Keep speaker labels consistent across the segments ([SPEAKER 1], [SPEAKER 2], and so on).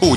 [SPEAKER 1] 不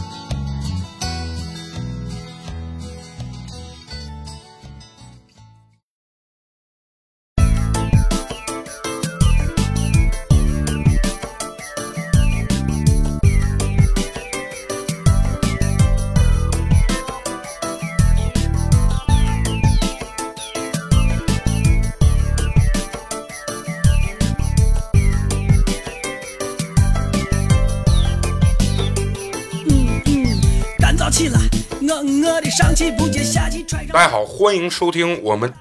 [SPEAKER 2] 嗯干燥起来，我我的呃上气不接下气，揣上
[SPEAKER 1] 大家好，欢迎收听我们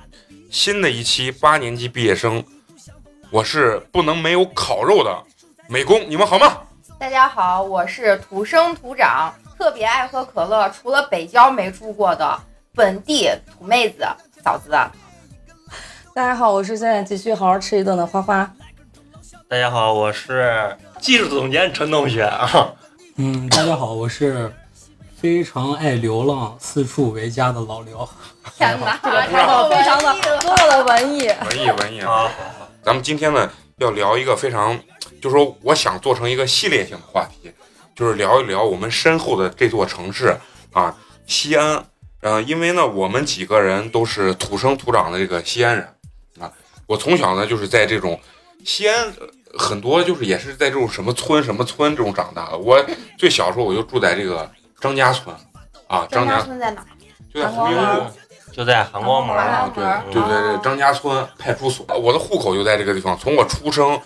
[SPEAKER 1] 新的一期八年级毕业生。我是不能没有烤肉的美工，你们好吗？
[SPEAKER 3] 大家好，我是土生土长，特别爱喝可乐，除了北郊没住过的本地土妹子嫂子。
[SPEAKER 4] 大家好，我是现在急需好好吃一顿的花花。
[SPEAKER 5] 大家好，我是技术总监陈同学啊。
[SPEAKER 6] 嗯，大家好，我是非常爱流浪、四处为家的老刘。
[SPEAKER 3] 天哪，这
[SPEAKER 1] 个
[SPEAKER 4] 然后非常的多么的文艺，
[SPEAKER 1] 文艺文艺啊！
[SPEAKER 5] 好
[SPEAKER 1] 咱们今天呢要聊一个非常，就是说我想做成一个系列性的话题，就是聊一聊我们身后的这座城市啊，西安。呃，因为呢，我们几个人都是土生土长的这个西安人啊。我从小呢就是在这种西安呃很多就是也是在这种什么村什么村这种长大的。我最小时候我就住在这个张家村啊，张家
[SPEAKER 3] 家村在哪？
[SPEAKER 1] 就在红云路。
[SPEAKER 5] 就在韩光门
[SPEAKER 3] 啊
[SPEAKER 5] 儿，
[SPEAKER 1] 对
[SPEAKER 3] 门
[SPEAKER 1] 对对对，
[SPEAKER 3] 啊
[SPEAKER 1] 张家村派出所，我的户口就在这个地方。从我出生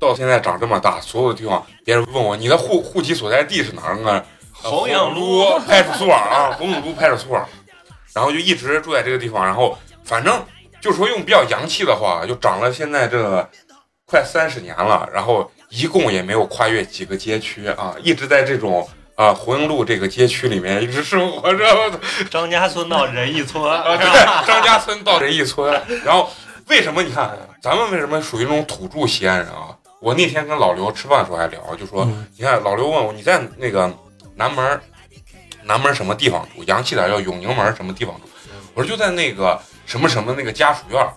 [SPEAKER 1] 到现在长这么大，所有的地方，别人问我你的户户籍所在地是哪儿呢？
[SPEAKER 5] 衡阳路
[SPEAKER 1] 衡阳派出所啊，红影路派出所。然后就一直住在这个地方，然后反正就说用比较洋气的话，就长了现在这快三十年了，然后一共也没有跨越几个街区啊，一直在这种啊红影路这个街区里面一直生活着。我操
[SPEAKER 5] 张家村到仁义村，
[SPEAKER 1] 啊，对，张家村到仁义村。然后为什么你看咱们为什么属于那种土著西安人啊？我那天跟老刘吃饭的时候还聊，就说、
[SPEAKER 6] 嗯
[SPEAKER 1] 你看老刘问我你在那个南门儿，南门儿什么地方住？洋气点儿叫永宁门儿什么地方住？我说就在那个什么什么那个家属院儿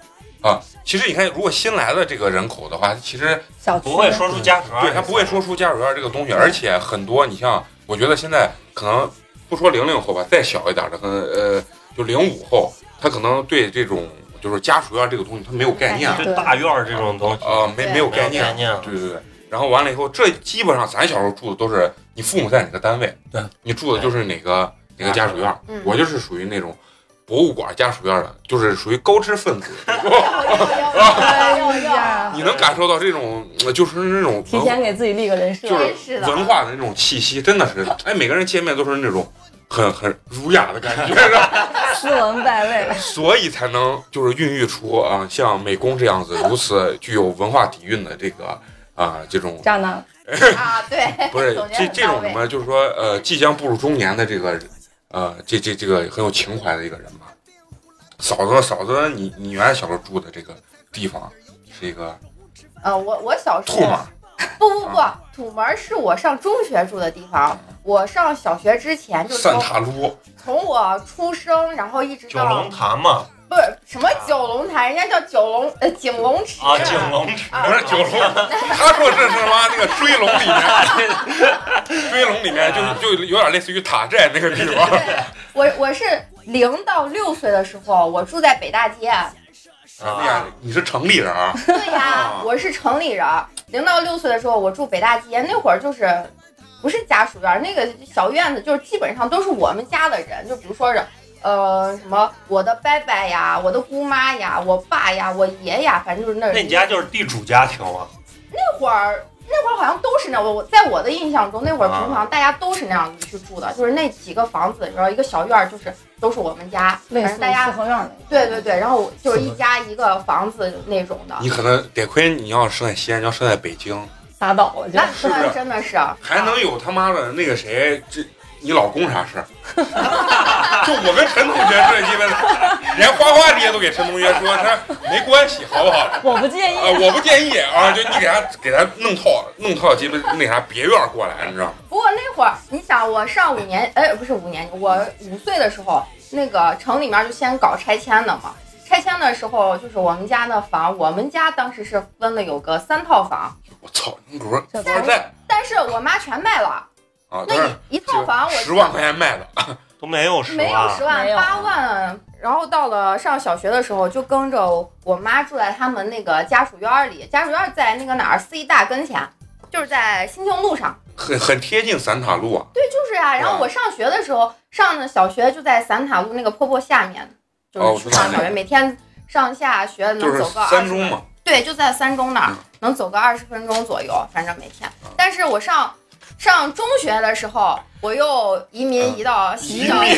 [SPEAKER 1] 啊。其实你看，如果新来的这个人口的话，其实
[SPEAKER 4] 小区
[SPEAKER 5] 不会说出家常，
[SPEAKER 1] 对他不会说出家属院这个东西，而且很多你像，我觉得现在可能不说零零后吧，再小一点的，可能呃，就零五后，他可能对这种就是家属院这个东西他没有概念，
[SPEAKER 5] 这大院儿这种东西
[SPEAKER 1] 呃，没
[SPEAKER 3] 对
[SPEAKER 1] 没有
[SPEAKER 5] 没
[SPEAKER 1] 概
[SPEAKER 5] 有概
[SPEAKER 1] 念，
[SPEAKER 5] 念了。
[SPEAKER 1] 对对对。然后完了以后，这基本上咱小时候住的都是你父母在哪个单位，
[SPEAKER 6] 对
[SPEAKER 1] 你住的就是哪个哪个家属院。
[SPEAKER 3] 嗯，
[SPEAKER 1] 我就是属于那种博物馆家属院的，就是属于高知分 子，啊
[SPEAKER 4] 哎呀
[SPEAKER 1] 你能感受到这种呃就是那种
[SPEAKER 4] 提
[SPEAKER 1] 文化
[SPEAKER 4] 前给自己立个人设，
[SPEAKER 1] 就是
[SPEAKER 3] 真是的
[SPEAKER 1] 文化的那种气息，真的是，哎，每个人见面都是那种很很儒雅的感觉，是吧？
[SPEAKER 4] 斯文败类。
[SPEAKER 1] 所以才能就是孕育出啊，像美工这样子如此具有文化底蕴的这个啊这种
[SPEAKER 4] 渣男，
[SPEAKER 3] 啊，对，
[SPEAKER 1] 不是
[SPEAKER 3] 总结
[SPEAKER 1] 这
[SPEAKER 3] 很
[SPEAKER 1] 这
[SPEAKER 3] 到
[SPEAKER 1] 种
[SPEAKER 3] 位
[SPEAKER 1] 什么，就是说呃即将步入中年的这个呃这这这个很有情怀的一个人吧。嫂子，嫂子，你你原来小时候住的这个地方是一个
[SPEAKER 3] 呃，我我小时
[SPEAKER 1] 兔
[SPEAKER 3] 候
[SPEAKER 1] 嘛？
[SPEAKER 3] 不不不，土门是我上中学住的地方。我上小学之前嗯就
[SPEAKER 1] 三
[SPEAKER 3] 从
[SPEAKER 1] 岔路，
[SPEAKER 3] 从我出生，然后一直
[SPEAKER 5] 九
[SPEAKER 3] 到
[SPEAKER 5] 龙潭嘛，
[SPEAKER 3] 不是什么九龙台，人家叫九龙呃景龙池
[SPEAKER 5] 啊，景龙池，
[SPEAKER 3] 啊
[SPEAKER 1] 不是九龙，他说这是什么那个追龙里面。追龙里面就就有点类似于塔寨那个地方，
[SPEAKER 3] 我我是零到六岁的时候，我住在北大街。
[SPEAKER 1] 哎
[SPEAKER 5] 啊，
[SPEAKER 1] 呀，你是城里人啊？
[SPEAKER 3] 对呀
[SPEAKER 1] 啊，
[SPEAKER 3] 我是城里人。零到六岁的时候，我住北大街，那会儿就是不是家属院，那个小院子就是基本上都是我们家的人，就比如说是。呃，什么我的伯伯呀，我的姑妈呀，我爸呀，我爷呀，反正就是那
[SPEAKER 5] 那你家就是地主家庭啊，
[SPEAKER 3] 那会儿，那会儿好像都是那我我在我的印象中，那会儿
[SPEAKER 5] 啊
[SPEAKER 3] 平常大家都是那样子去住的，就是那几个房子，然后一个小院儿，就是都是我们家，反
[SPEAKER 4] 类
[SPEAKER 3] 正
[SPEAKER 4] 似
[SPEAKER 3] 大家
[SPEAKER 4] 四合院那种
[SPEAKER 3] 对对，对，然后就是一家一个房子那种的，
[SPEAKER 1] 你可能得亏你要生在西安，你要生在北京，
[SPEAKER 4] 打倒了就
[SPEAKER 3] 那。
[SPEAKER 1] 是不是
[SPEAKER 3] 那真的是
[SPEAKER 1] 还能有他妈的那个谁，这你老公啥事儿？就我跟陈同学这基本上，连花花这些都给陈同学说，他说没关系，好不好？
[SPEAKER 4] 我不介
[SPEAKER 1] 啊，
[SPEAKER 4] 意，
[SPEAKER 1] 我不建议啊，就你给他给他弄套弄套鸡巴那啥别院儿过来，你知道吗？
[SPEAKER 3] 不过过那会儿，你想我上五年，哎，不是五年，我五岁的时候，那个城里面就先搞拆迁的嘛。拆迁的时候，就是我们家那房，我们家当时是分了有个三套房，
[SPEAKER 1] 我操，你给我
[SPEAKER 4] 这
[SPEAKER 1] 富二代
[SPEAKER 3] 但是我妈全卖了，
[SPEAKER 1] 啊，
[SPEAKER 3] 那
[SPEAKER 1] 但是
[SPEAKER 3] 一一套房我
[SPEAKER 1] 十万块钱卖的，啊
[SPEAKER 5] 都没有啊十
[SPEAKER 3] 没有啊
[SPEAKER 5] 万
[SPEAKER 3] 十，万
[SPEAKER 4] 没，有
[SPEAKER 3] 八万。然后到了上小学的时候，就跟着我妈住在他们那个家属院儿里，家属院儿在那个哪儿四医大跟前，就是在新庆路上。
[SPEAKER 1] 很很贴近散塔路啊。
[SPEAKER 3] 对，就是啊。然后我上学的时候，上的小学就在散塔路那个坡坡下面，就是初上小学，每天上下学能
[SPEAKER 1] 就是
[SPEAKER 3] 走个二
[SPEAKER 1] 三
[SPEAKER 3] 十
[SPEAKER 1] 中
[SPEAKER 3] 分
[SPEAKER 1] 嘛，
[SPEAKER 3] 对，就在三中那儿
[SPEAKER 1] 嗯，
[SPEAKER 3] 能走个二十分钟左右，反正每天。但是我上上中学的时候，我又移民移到西郊，
[SPEAKER 1] 民，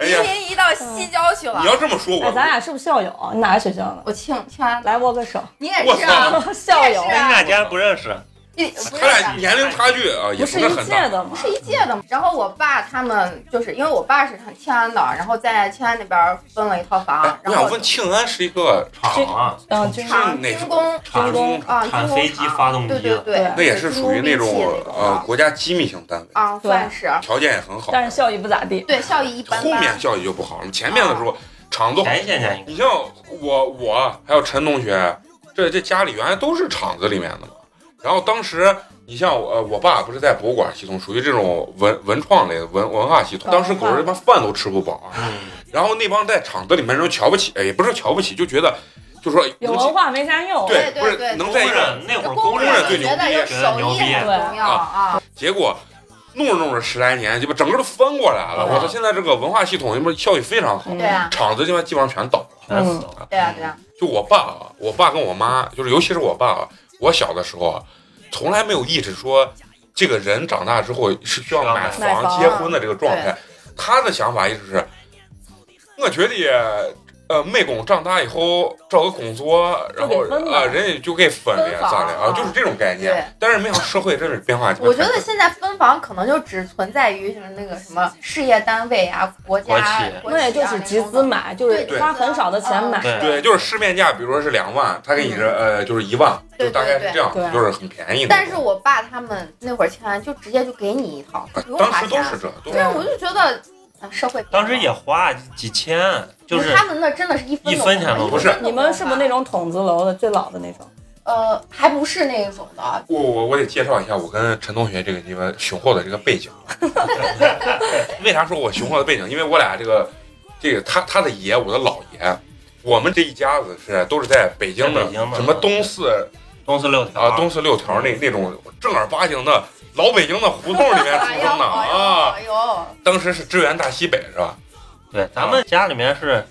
[SPEAKER 1] 哎
[SPEAKER 3] 移
[SPEAKER 1] 呀，
[SPEAKER 3] 民移到西郊去了
[SPEAKER 1] 你。要这么说，我
[SPEAKER 4] 哎，咱俩是不是校友？你哪个学校的？
[SPEAKER 3] 我庆庆安，
[SPEAKER 4] 来握个手。
[SPEAKER 3] 你也是啊，
[SPEAKER 4] 校友
[SPEAKER 3] 你也是
[SPEAKER 5] 咱
[SPEAKER 3] 啊
[SPEAKER 5] 俩竟然不认识，
[SPEAKER 3] 你不
[SPEAKER 1] 他
[SPEAKER 3] 是啊
[SPEAKER 1] 俩年龄差距啊也
[SPEAKER 4] 不是
[SPEAKER 1] 是
[SPEAKER 4] 一
[SPEAKER 1] 很
[SPEAKER 4] 届
[SPEAKER 1] 大，
[SPEAKER 4] 的吗？
[SPEAKER 3] 是一届的嘛。然后我爸他们就是因为我爸是庆安的，然后在庆安那边分了一套房
[SPEAKER 1] 哎，我
[SPEAKER 3] 啊然后
[SPEAKER 1] 想问，庆安是一个
[SPEAKER 5] 厂啊，
[SPEAKER 4] 嗯，军
[SPEAKER 1] 厂
[SPEAKER 4] 工。
[SPEAKER 3] 厂
[SPEAKER 1] 哪
[SPEAKER 3] 军
[SPEAKER 1] 种
[SPEAKER 3] 工
[SPEAKER 5] 厂
[SPEAKER 1] 工
[SPEAKER 3] 啊，
[SPEAKER 5] 产
[SPEAKER 3] 军工
[SPEAKER 5] 飞机
[SPEAKER 3] 厂
[SPEAKER 5] 发动机
[SPEAKER 3] 对对对
[SPEAKER 4] 对，
[SPEAKER 1] 那也是属于那种
[SPEAKER 3] 军工兵器
[SPEAKER 1] 呃国家机密性单位，
[SPEAKER 3] 啊，
[SPEAKER 4] 对
[SPEAKER 3] 算是
[SPEAKER 1] 条件也很好。
[SPEAKER 4] 但是效益不咋地。
[SPEAKER 3] 对效益一般
[SPEAKER 1] 后面
[SPEAKER 3] 般。
[SPEAKER 1] 效益就不好了，前面的时
[SPEAKER 3] 啊
[SPEAKER 1] 候厂
[SPEAKER 3] 哎
[SPEAKER 1] 子好。
[SPEAKER 5] 前些年应
[SPEAKER 1] 你像我我还有陈同学，这这家里原来都是厂子里面的嘛。然后当时你像我呃我爸不是在博物馆系统，属于这种文文创类的文文化系统，
[SPEAKER 4] 哦
[SPEAKER 1] 当时可是他妈饭都吃不饱啊。
[SPEAKER 5] 该，嗯，
[SPEAKER 1] 然后那帮在厂子里面人瞧不起，哎也不是瞧不起，就觉得就说哎
[SPEAKER 4] 有
[SPEAKER 1] 能
[SPEAKER 4] 文化没啥用。
[SPEAKER 1] 对，
[SPEAKER 3] 对
[SPEAKER 1] 不是
[SPEAKER 3] 对
[SPEAKER 1] 能
[SPEAKER 5] 工
[SPEAKER 1] 在一个
[SPEAKER 5] 人那会儿
[SPEAKER 3] 工
[SPEAKER 5] 工
[SPEAKER 1] 人
[SPEAKER 5] 人
[SPEAKER 1] 最
[SPEAKER 5] 最
[SPEAKER 1] 牛
[SPEAKER 3] 觉得
[SPEAKER 1] 逼
[SPEAKER 3] 有
[SPEAKER 5] 觉得
[SPEAKER 3] 手
[SPEAKER 5] 牛
[SPEAKER 3] 艺
[SPEAKER 5] 逼
[SPEAKER 3] 很重要啊，
[SPEAKER 1] 结果弄着弄着十来年，鸡巴整个都翻过来了。
[SPEAKER 5] 啊
[SPEAKER 1] 我操，现在这个文化系统他妈效益非常好，
[SPEAKER 4] 嗯
[SPEAKER 3] 对啊，
[SPEAKER 1] 厂子他妈基本上全倒了。
[SPEAKER 5] 全死了，
[SPEAKER 3] 对啊，对啊，
[SPEAKER 1] 就我爸啊，我爸跟我妈，就是尤其是我爸啊，我小的时候啊，从来没有意识说这个人长大之后是需要买
[SPEAKER 4] 买
[SPEAKER 1] 房、
[SPEAKER 4] 房
[SPEAKER 1] 结婚的这个状态。他的想法一直是，我觉得呃，妹工长大以后找个工作，然后
[SPEAKER 4] 就给分了
[SPEAKER 1] 啊、人家就给分了呀，
[SPEAKER 4] 分房
[SPEAKER 1] 咋的啊，
[SPEAKER 4] 啊
[SPEAKER 1] 就是这种概念
[SPEAKER 3] 对。
[SPEAKER 1] 但是没想到社会真是变化这么
[SPEAKER 3] 我觉
[SPEAKER 1] 快
[SPEAKER 3] 得现在分房可能就只存在于什么那个什么事业单位啊、国家
[SPEAKER 5] 国企、
[SPEAKER 3] 国企啊
[SPEAKER 4] 那也就是
[SPEAKER 3] 那
[SPEAKER 4] 集资
[SPEAKER 3] 种的，
[SPEAKER 4] 买，就是
[SPEAKER 1] 对
[SPEAKER 4] 花很少的钱买。
[SPEAKER 5] 对
[SPEAKER 1] 对，就是市面价，比如说是两万，他给你这呃就是一万，就
[SPEAKER 3] 嗯对
[SPEAKER 1] 大概是这样
[SPEAKER 4] 对，对
[SPEAKER 1] 就是很便宜那种。
[SPEAKER 3] 但是我爸他们那会儿签完就直接就给你一套，
[SPEAKER 1] 啊
[SPEAKER 3] 不用
[SPEAKER 1] 当
[SPEAKER 3] 花
[SPEAKER 1] 时都
[SPEAKER 3] 钱。
[SPEAKER 1] 是这，都
[SPEAKER 3] 对，我就觉得啊社会
[SPEAKER 5] 当时也花几千，就
[SPEAKER 3] 不
[SPEAKER 5] 是
[SPEAKER 3] 他们那真的是一分
[SPEAKER 5] 一分钱都
[SPEAKER 3] 都
[SPEAKER 5] 不
[SPEAKER 1] 是
[SPEAKER 4] 你们是不是那
[SPEAKER 3] 种
[SPEAKER 4] 种筒子楼的最老的那种？
[SPEAKER 3] 呃还不是那种的，
[SPEAKER 1] 我我我得介绍一下我跟陈同学这个地方雄厚的这个背 景。为啥说我雄厚的背景？因为我俩这个这个他他的爷，我的姥爷，我们这一家子是都是在北京的
[SPEAKER 5] 在北京的
[SPEAKER 1] 什么东四
[SPEAKER 5] 东四六
[SPEAKER 3] 嗯
[SPEAKER 5] 条
[SPEAKER 1] 啊东四六条那那种正儿八经的老北京的胡同里面出
[SPEAKER 3] 哎呦
[SPEAKER 1] 生的啊。
[SPEAKER 3] 哎呦，
[SPEAKER 1] 当时是支援大西北是吧？
[SPEAKER 5] 对，咱们家里面是，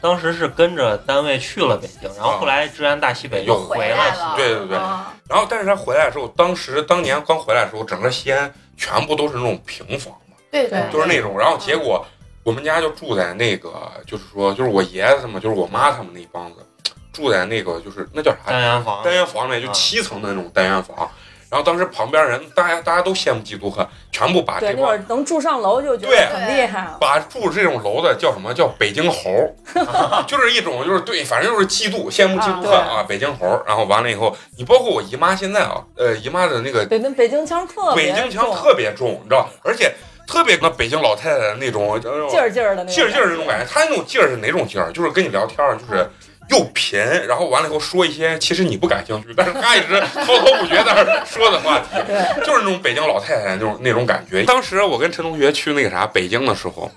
[SPEAKER 5] 当时是跟着单位去了北京，然后后来支援大西北
[SPEAKER 1] 又
[SPEAKER 5] 又
[SPEAKER 3] 啊回
[SPEAKER 5] 回
[SPEAKER 3] 来
[SPEAKER 5] 了。
[SPEAKER 3] 了，
[SPEAKER 1] 对对对
[SPEAKER 3] 啊
[SPEAKER 1] 然后但是他回来的时候，当时当年刚回来的时候，整个西安全部都是那种平房。
[SPEAKER 3] 对对，对
[SPEAKER 1] 就是那种。然后结果我们家就住在那个，就是说，就是我爷爷他们，就是我妈他们那帮子，住在那个就是那叫啥
[SPEAKER 5] 单元房，
[SPEAKER 1] 单元房里，就
[SPEAKER 5] 啊
[SPEAKER 1] 七层的那种单元房。然后当时旁边人，大家大家都羡慕嫉妒恨，全部把
[SPEAKER 4] 对，
[SPEAKER 1] 啊这
[SPEAKER 4] 那
[SPEAKER 1] 帮
[SPEAKER 4] 会儿能住上楼就觉
[SPEAKER 1] 对
[SPEAKER 4] 得很厉害了。
[SPEAKER 1] 把住这种楼的叫什么叫北京猴儿， 就是一种就是对，反正就是嫉妒、羡慕、嫉妒
[SPEAKER 4] 啊
[SPEAKER 1] 恨
[SPEAKER 4] 对
[SPEAKER 1] 啊，北京猴儿。然后完了以后，你包括我姨妈现在啊，呃，姨妈的那个
[SPEAKER 4] 对，那北京腔特
[SPEAKER 1] 北
[SPEAKER 4] 别
[SPEAKER 1] 京腔
[SPEAKER 4] 重
[SPEAKER 1] 特别重，你知道，而且特别那北京老太太的那种呃
[SPEAKER 4] 劲儿劲儿的那种。
[SPEAKER 1] 劲儿劲儿那种感觉。他那种劲儿是哪种劲儿？就是跟你聊天儿，就是
[SPEAKER 4] 嗯
[SPEAKER 1] 又贫，然后完了以后说一些其实你不感兴趣，但是他一直滔滔不绝在那儿说的话题，
[SPEAKER 4] 对，
[SPEAKER 1] 就是那种北京老太太那种那种感觉。当时我跟陈同学去那个啥北京的时候，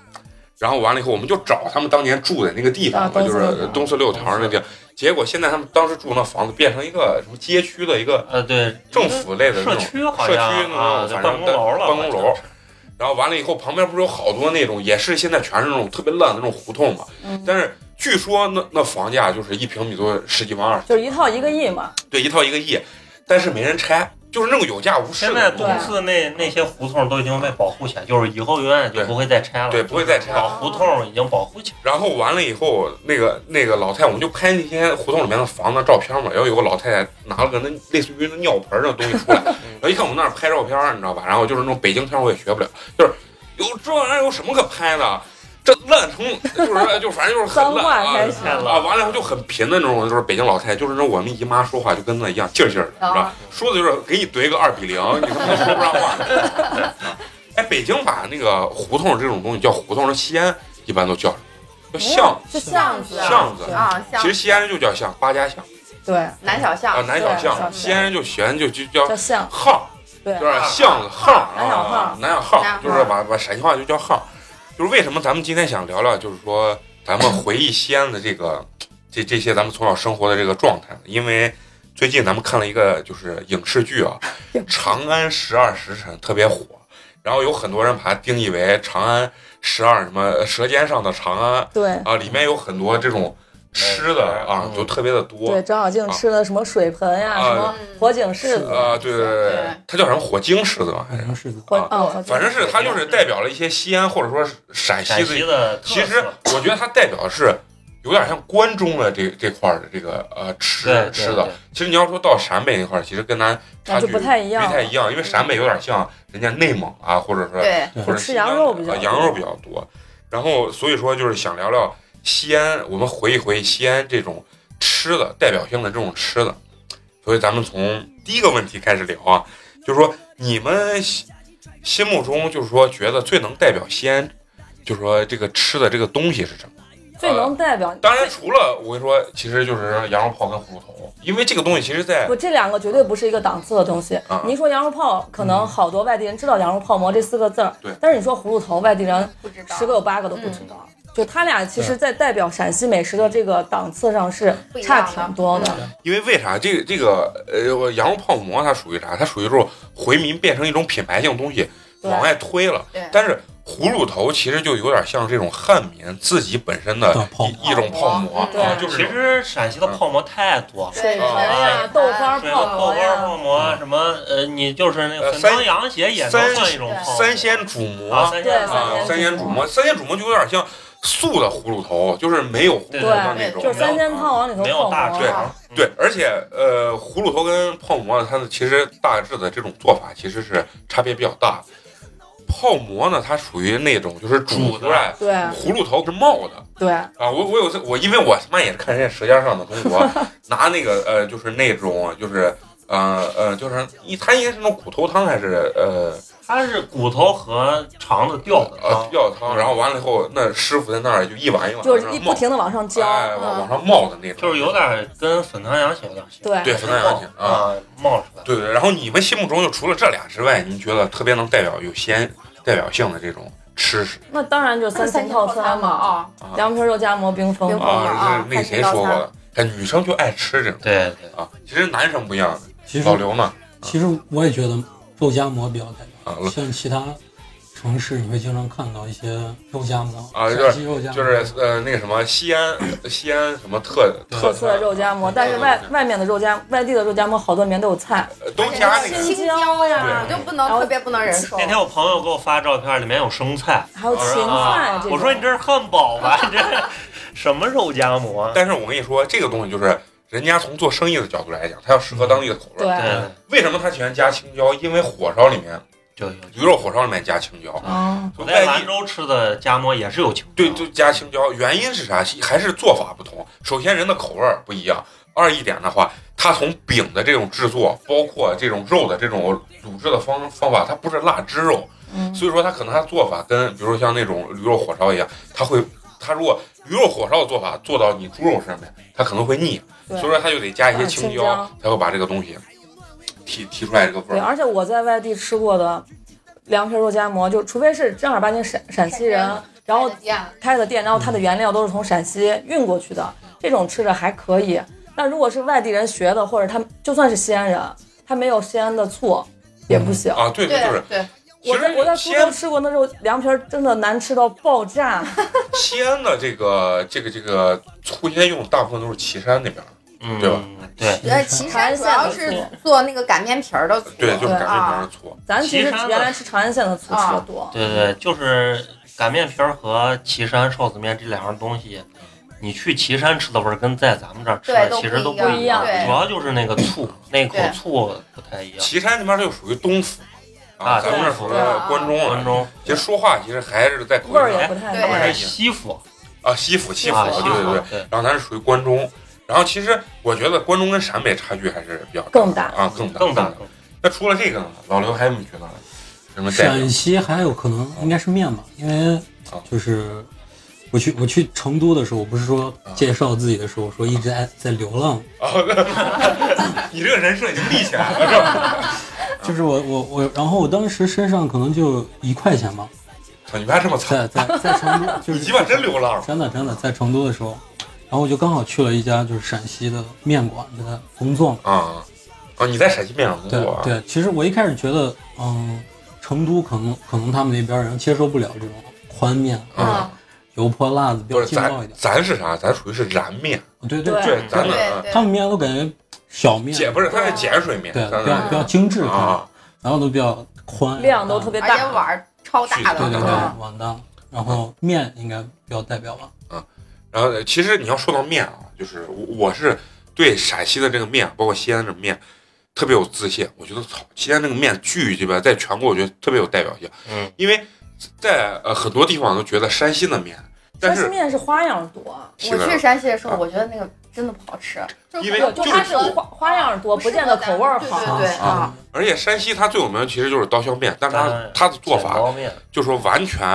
[SPEAKER 1] 然后完了以后我们就找他们当年住的那个地方
[SPEAKER 4] 啊
[SPEAKER 1] 吧，
[SPEAKER 4] 东
[SPEAKER 1] 就
[SPEAKER 4] 四
[SPEAKER 1] 是
[SPEAKER 4] 六
[SPEAKER 1] 东四六条那地儿。结果现在他们当时住那房子变成一个什么街区的一个
[SPEAKER 5] 呃，对，
[SPEAKER 1] 政府类的那
[SPEAKER 5] 社
[SPEAKER 1] 种
[SPEAKER 5] 区好
[SPEAKER 1] 社区
[SPEAKER 5] 像
[SPEAKER 1] 那
[SPEAKER 5] 啊，
[SPEAKER 1] 种，
[SPEAKER 5] 就
[SPEAKER 1] 反
[SPEAKER 5] 办
[SPEAKER 1] 正
[SPEAKER 5] 公楼了，
[SPEAKER 1] 办公楼
[SPEAKER 5] 好像。
[SPEAKER 1] 然后完了以后，旁边不是有好多那种，也是现在全是那种特别烂的那种胡同嘛。
[SPEAKER 4] 嗯，
[SPEAKER 1] 但是据说那那房价就是一平米都十几万二，
[SPEAKER 4] 就是一套一个亿嘛。
[SPEAKER 1] 对，一套一个亿，但是没人拆，就是那种有价无市
[SPEAKER 5] 是现
[SPEAKER 1] 的
[SPEAKER 5] 在
[SPEAKER 1] 那
[SPEAKER 5] 东
[SPEAKER 1] 种。
[SPEAKER 5] 四那那些胡同都已经被保护起来，就是以后永远就不会再拆了，
[SPEAKER 1] 对对不会再拆了
[SPEAKER 5] 老胡同已经保护起来。
[SPEAKER 1] 然后完了以后，那个那个老太，我们就拍那些胡同里面的房子照片嘛。然后有个老太太拿了个那类似于那尿盆儿那东西出来，然后一看我们那儿拍照片儿，你知道吧？然后就是那种北京腔，我也学不了，就是有这玩意儿有什么可拍的？这烂成就是就反正就是很
[SPEAKER 4] 脏
[SPEAKER 1] 烂
[SPEAKER 4] 话
[SPEAKER 1] 啊
[SPEAKER 4] 开始
[SPEAKER 5] 太烂
[SPEAKER 1] 啊，完了以后就很贫的那种，就是北京老太太，就是那我们姨妈说话就跟那一样劲儿劲儿的，是吧？说的就是给你怼个二比 零，你他妈说不上话。啊哎，北京把那个胡同这种东西叫胡同，那西安一般都叫什么？叫巷。
[SPEAKER 4] 是
[SPEAKER 3] 巷子
[SPEAKER 1] 巷子
[SPEAKER 3] 啊，
[SPEAKER 1] 其
[SPEAKER 3] 像
[SPEAKER 1] 实西安人就叫巷，八家巷
[SPEAKER 4] 对，
[SPEAKER 3] 南
[SPEAKER 1] 哦
[SPEAKER 3] 小
[SPEAKER 1] 啊，
[SPEAKER 3] 巷，
[SPEAKER 1] 南小
[SPEAKER 4] 对小
[SPEAKER 1] 巷，
[SPEAKER 4] 巷
[SPEAKER 1] 西安人就喜欢就就叫
[SPEAKER 4] 啊叫巷，
[SPEAKER 1] 巷，
[SPEAKER 4] 对
[SPEAKER 1] 就是巷子巷
[SPEAKER 4] 南小
[SPEAKER 1] 啊，
[SPEAKER 4] 巷
[SPEAKER 1] 南小
[SPEAKER 3] 南
[SPEAKER 1] 巷，
[SPEAKER 3] 小巷
[SPEAKER 1] 就是把把陕西话就叫巷。就是为什么咱们今天想聊聊，就是说咱们回忆西安的这个这这些咱们从小生活的这个状态，因为最近咱们看了一个就是影视剧啊，《长安十二时辰》特别火，然后有很多人把它定义为《长安十二》什么《舌尖上的长安》
[SPEAKER 4] 对
[SPEAKER 1] 啊，里面有很多这种吃的啊，
[SPEAKER 5] 嗯
[SPEAKER 1] 就特别的多。
[SPEAKER 4] 对，张小静吃的什么水盆呀，
[SPEAKER 1] 啊
[SPEAKER 4] 什么火井柿子
[SPEAKER 1] 啊，对对对对
[SPEAKER 3] 对，
[SPEAKER 1] 它叫什么火晶狮子吧？还是
[SPEAKER 6] 反正是的。
[SPEAKER 4] 火
[SPEAKER 1] 啊
[SPEAKER 4] 啊，火井
[SPEAKER 1] 反正是它就是代表了一些西安或者说是陕啊西
[SPEAKER 5] 陕
[SPEAKER 1] 的
[SPEAKER 5] 西。的特色，
[SPEAKER 1] 其实我觉得它代表的是有点像关中的这这块儿的这个呃吃
[SPEAKER 5] 对对
[SPEAKER 1] 吃的
[SPEAKER 5] 对。
[SPEAKER 1] 其实你要说到陕北那块儿，其实跟咱差
[SPEAKER 4] 那
[SPEAKER 1] 距
[SPEAKER 4] 就不太一样了
[SPEAKER 1] 不太一样，因为陕北有点像人家内蒙啊，或者说
[SPEAKER 3] 对，
[SPEAKER 1] 或者
[SPEAKER 4] 吃
[SPEAKER 1] 西安
[SPEAKER 4] 羊肉比较
[SPEAKER 1] 啊
[SPEAKER 4] 多
[SPEAKER 1] 羊肉比较多。然后所以说就是想聊聊西安，我们回忆回忆西安这种吃的代表性的这种吃的。所以咱们从第一个问题开始聊啊，就是说你们心心目中就是说觉得最能代表西安，就是说这个吃的这个东西是什么？
[SPEAKER 4] 最能代表。
[SPEAKER 1] 啊当然除了我跟你说，其实就是羊肉泡跟葫芦头，因为这个东西其实在
[SPEAKER 4] 不，这两个绝对不是一个档次的东西
[SPEAKER 1] 啊。嗯
[SPEAKER 4] 你一说羊肉泡，可能好多外地人知道羊肉泡馍这四个字儿
[SPEAKER 1] 对，
[SPEAKER 4] 但是你说葫芦头，外地人
[SPEAKER 3] 不知道
[SPEAKER 4] 十个有八个都不知道。就他俩其实，在代表陕西美食的这个档次上是
[SPEAKER 3] 不一
[SPEAKER 4] 差
[SPEAKER 3] 样的
[SPEAKER 4] 挺多的。
[SPEAKER 1] 因为为啥这个这个呃羊肉泡馍它属于啥？它属于说回民变成一种品牌性东西
[SPEAKER 4] 对
[SPEAKER 1] 往外推了
[SPEAKER 3] 对。
[SPEAKER 1] 但是葫芦头其实就有点像这种汉民自己本身的
[SPEAKER 6] 对泡
[SPEAKER 1] 一一种泡馍
[SPEAKER 3] 嗯
[SPEAKER 1] 啊，就是
[SPEAKER 5] 其实陕西的泡馍太多了。
[SPEAKER 3] 对，
[SPEAKER 1] 啊
[SPEAKER 4] 哎呀，豆花
[SPEAKER 5] 对，泡
[SPEAKER 4] 泡馍
[SPEAKER 5] 泡花
[SPEAKER 4] 呀，
[SPEAKER 5] 泡馍什么，呃，你就是那
[SPEAKER 1] 呃
[SPEAKER 5] 个粉
[SPEAKER 1] 三
[SPEAKER 5] 汤羊血也能
[SPEAKER 1] 三
[SPEAKER 5] 算一种泡馍。
[SPEAKER 1] 三鲜煮馍
[SPEAKER 5] 啊，三鲜
[SPEAKER 4] 对
[SPEAKER 5] 泡馍
[SPEAKER 1] 啊，三鲜煮馍，三鲜煮馍就有点像素的葫芦头，就是没有葫芦头的那
[SPEAKER 4] 对，
[SPEAKER 1] 种，
[SPEAKER 4] 就是三鲜汤往里头
[SPEAKER 5] 没有
[SPEAKER 4] 泡
[SPEAKER 5] 大
[SPEAKER 4] 馍啊
[SPEAKER 5] 肠
[SPEAKER 1] 对
[SPEAKER 5] 儿，嗯
[SPEAKER 1] 对，而且呃，葫芦头跟泡馍呢，它的其实大致的这种做法其实是差别比较大。泡馍呢，它属于那种就是煮
[SPEAKER 5] 煮
[SPEAKER 1] 出
[SPEAKER 5] 的
[SPEAKER 1] 来，
[SPEAKER 4] 对
[SPEAKER 1] 葫芦头是冒的
[SPEAKER 4] 对，
[SPEAKER 5] 嗯
[SPEAKER 1] 啊。我我有次我因为我他妈也是看人家《舌尖上的中 国》，拿那个呃就是那种就是呃呃就是一它应该是那种骨头汤还是呃
[SPEAKER 5] 它是骨头和肠子掉的
[SPEAKER 1] 呃
[SPEAKER 5] 汤，
[SPEAKER 1] 药汤，然后完了以后那师傅在那儿就一碗一碗
[SPEAKER 4] 就是
[SPEAKER 1] 往
[SPEAKER 4] 一
[SPEAKER 1] 上
[SPEAKER 5] 嗯
[SPEAKER 4] 不
[SPEAKER 1] 冒，
[SPEAKER 4] 停的往上浇。啊嗯
[SPEAKER 1] 哎往往上冒的那种，
[SPEAKER 5] 就是有点跟粉汤羊血有点像。
[SPEAKER 4] 对
[SPEAKER 1] 对粉汤羊血啊
[SPEAKER 5] 啊，冒出来。
[SPEAKER 1] 对对，然后你们心目中就除了这俩之外，您觉得特别能代表有先代表性的这种吃食
[SPEAKER 4] 那当然就是三
[SPEAKER 3] 鲜
[SPEAKER 4] 鲜套餐
[SPEAKER 3] 嘛
[SPEAKER 4] 嘛，
[SPEAKER 3] 啊，
[SPEAKER 1] 啊
[SPEAKER 4] 凉皮儿肉夹馍、冰峰
[SPEAKER 3] 冰
[SPEAKER 4] 嘛。
[SPEAKER 3] 峰
[SPEAKER 1] 啊
[SPEAKER 3] 啊？
[SPEAKER 1] 那那谁说过的？哎，女生就爱吃这种
[SPEAKER 5] 对对，
[SPEAKER 1] 啊，其实男生不一样的。
[SPEAKER 6] 其实
[SPEAKER 1] 老刘呢？
[SPEAKER 6] 其实我也觉得肉夹馍比较代
[SPEAKER 1] 啊
[SPEAKER 6] 表，像其他城市你会经常看到一些肉夹馍，
[SPEAKER 1] 啊就是
[SPEAKER 6] 陕西肉夹馍，
[SPEAKER 1] 就是呃那个什么西安 西安什么特
[SPEAKER 4] 特色的肉夹馍，但是外外面的肉夹外地的肉夹馍好多里面都有菜，
[SPEAKER 1] 呃都加那个
[SPEAKER 4] 青椒呀
[SPEAKER 3] 我，就不能特别不能忍受
[SPEAKER 5] 那。天我朋友给我发照片，里面有生菜，
[SPEAKER 4] 还有芹菜这种。
[SPEAKER 5] 啊我说你这是汉堡吧？你这什么肉夹馍？啊
[SPEAKER 1] 但是我跟你说，这个东西就是人家从做生意的角度来讲，它要适合当地的口味。
[SPEAKER 4] 对
[SPEAKER 5] 对，
[SPEAKER 1] 为什么他喜欢加青椒？因为火烧里面
[SPEAKER 5] 就有。
[SPEAKER 1] 驴肉火烧里面加青椒，
[SPEAKER 4] 啊，
[SPEAKER 5] 我
[SPEAKER 1] 就
[SPEAKER 5] 在
[SPEAKER 1] 外
[SPEAKER 5] 兰
[SPEAKER 1] 地
[SPEAKER 5] 州吃的夹馍也是有青椒，
[SPEAKER 1] 哎对，就加青椒，原因是啥？还是做法不同。首先，人的口味儿不一样；二一点的话，它从饼的这种制作，包括这种肉的这种卤制的方方法，它不是腊汁肉，
[SPEAKER 4] 嗯，
[SPEAKER 1] 所以说它可能它做法跟，比如说像那种驴肉火烧一样，它会，它如果驴肉火烧的做法做到你猪肉上面，它可能会腻，
[SPEAKER 4] 对
[SPEAKER 1] 所以说它就得加一些
[SPEAKER 4] 啊青
[SPEAKER 1] 青椒
[SPEAKER 4] 椒，
[SPEAKER 1] 才会把这个东西提提出来这个味
[SPEAKER 4] 对，
[SPEAKER 1] 儿。
[SPEAKER 4] 而且我在外地吃过的凉皮儿肉夹馍，就除非是正儿八经陕陕西人，然后开的店，然后
[SPEAKER 1] 嗯
[SPEAKER 4] 它的原料都是从陕西运过去的，这种吃着还可以。那如果是外地人学的，或者他就算是西安人，他没有西安的醋也不行。
[SPEAKER 1] 啊，对
[SPEAKER 3] 对
[SPEAKER 1] 就是，
[SPEAKER 3] 对，
[SPEAKER 1] 其
[SPEAKER 4] 我
[SPEAKER 1] 实
[SPEAKER 4] 在我在苏
[SPEAKER 1] 西
[SPEAKER 4] 州
[SPEAKER 1] 安
[SPEAKER 4] 吃过那肉凉皮儿，真的难吃到爆炸。
[SPEAKER 1] 西安的这个这个这个醋应该用的大部分都是岐山那边儿。
[SPEAKER 5] 嗯，
[SPEAKER 1] 对吧？
[SPEAKER 5] 对，
[SPEAKER 3] 呃，
[SPEAKER 4] 嗯
[SPEAKER 3] 岐山主要是做那个擀面皮儿的醋，
[SPEAKER 1] 对，就是擀面皮儿
[SPEAKER 3] 啊
[SPEAKER 1] 的，啊醋。
[SPEAKER 4] 咱其实
[SPEAKER 5] 岐山的
[SPEAKER 4] 原来吃长安县的醋吃的多，
[SPEAKER 5] 对对，就是擀面皮儿和岐山臊子面这两样东西，你去岐山吃的味儿跟在咱们这儿吃的
[SPEAKER 3] 对都
[SPEAKER 5] 其实都
[SPEAKER 3] 不
[SPEAKER 4] 一
[SPEAKER 5] 一
[SPEAKER 3] 样
[SPEAKER 5] 样，
[SPEAKER 3] 对
[SPEAKER 5] 主要就是那个醋，那口
[SPEAKER 3] 对
[SPEAKER 5] 醋不太一样。
[SPEAKER 1] 岐山那边就属于东府，
[SPEAKER 5] 啊
[SPEAKER 1] 咱们这属于关中
[SPEAKER 5] 关
[SPEAKER 1] 了。
[SPEAKER 5] 中
[SPEAKER 1] 其实说话其实还是在口
[SPEAKER 4] 味儿
[SPEAKER 1] 音
[SPEAKER 4] 也
[SPEAKER 1] 上
[SPEAKER 4] 不太
[SPEAKER 3] 对
[SPEAKER 4] 一样
[SPEAKER 5] 还是西府
[SPEAKER 1] 啊，西府西府，
[SPEAKER 5] 啊，
[SPEAKER 1] 对
[SPEAKER 5] 西
[SPEAKER 1] 对对
[SPEAKER 5] 府。对，
[SPEAKER 1] 然后咱是属于关中，然后其实我觉得关中跟陕北差距还是比较
[SPEAKER 4] 更
[SPEAKER 1] 大
[SPEAKER 4] 大
[SPEAKER 1] 的啊，更大
[SPEAKER 5] 更大。
[SPEAKER 1] 那除了这个呢，老刘还有没有觉得什么代表
[SPEAKER 6] 陕？西还有可能应该是面吧，因为
[SPEAKER 1] 啊
[SPEAKER 6] 就是我去我去成都的时候，我不是说
[SPEAKER 1] 啊
[SPEAKER 6] 介绍自己的时候我说一直在在流浪，
[SPEAKER 1] 你这个人设已经立起来了，是吧？
[SPEAKER 6] 就是我我我，然后我当时身上可能就一块钱吧，
[SPEAKER 1] 操，你妈这么惨，
[SPEAKER 6] 在在在成都，就
[SPEAKER 1] 你
[SPEAKER 6] 是
[SPEAKER 1] 鸡巴真流浪了。
[SPEAKER 6] 真的真的在成都的时候，然后我就刚好去了一家就是陕西的面馆给他工作嘛，
[SPEAKER 1] 啊啊！你在陕西面上工
[SPEAKER 6] 对
[SPEAKER 1] 作啊？
[SPEAKER 6] 对，其实我一开始觉得嗯，成都可能可能他们那边人接受不了这种宽面，
[SPEAKER 1] 啊，
[SPEAKER 6] 油泼辣子比
[SPEAKER 1] 不
[SPEAKER 6] 较
[SPEAKER 1] 是
[SPEAKER 6] 劲爆一
[SPEAKER 1] 咱
[SPEAKER 6] 点，
[SPEAKER 1] 咱是啥？咱属于是燃面，
[SPEAKER 6] 对
[SPEAKER 4] 对
[SPEAKER 6] 对，
[SPEAKER 1] 对，咱
[SPEAKER 3] 嗯对
[SPEAKER 1] 呢
[SPEAKER 3] 对
[SPEAKER 6] 他们面都感觉小面，
[SPEAKER 1] 碱不是，它是碱水面，
[SPEAKER 6] 对
[SPEAKER 1] 咱
[SPEAKER 6] 比较
[SPEAKER 1] 呢
[SPEAKER 6] 比较精致，
[SPEAKER 1] 啊，
[SPEAKER 6] 然后都比较宽，
[SPEAKER 4] 量都特别
[SPEAKER 3] 而且
[SPEAKER 4] 大，嗯
[SPEAKER 3] 碗儿超大
[SPEAKER 1] 去
[SPEAKER 3] 的，嗯
[SPEAKER 6] 对对对
[SPEAKER 1] 啊
[SPEAKER 6] 碗大，然后面应该比较代表吧，
[SPEAKER 1] 然后其实你要说到面啊，就是我我是对陕西的这个面，包括西安这个面，特别有自信。我觉得操，西安这个面巨鸡巴，在全国我觉得特别有代表性，
[SPEAKER 5] 嗯，
[SPEAKER 1] 因为在呃很多地方都觉得山西的面，但
[SPEAKER 4] 山西
[SPEAKER 1] 是
[SPEAKER 4] 面是花样多，
[SPEAKER 1] 是
[SPEAKER 3] 我
[SPEAKER 1] 的
[SPEAKER 3] 去山西的时候，
[SPEAKER 1] 啊
[SPEAKER 3] 我觉得那个真的不好吃，就是
[SPEAKER 1] 因为
[SPEAKER 3] 可能
[SPEAKER 4] 就
[SPEAKER 1] 就是
[SPEAKER 4] 它是花花样多，不
[SPEAKER 3] 适合
[SPEAKER 4] 见得口味儿
[SPEAKER 3] 咱
[SPEAKER 4] 好。
[SPEAKER 3] 对对对
[SPEAKER 1] 啊
[SPEAKER 3] 啊，
[SPEAKER 1] 而且山西它最有名的其实就是刀削面，但是它
[SPEAKER 5] 当然
[SPEAKER 1] 它的做法
[SPEAKER 5] 卷包面，
[SPEAKER 1] 就说完全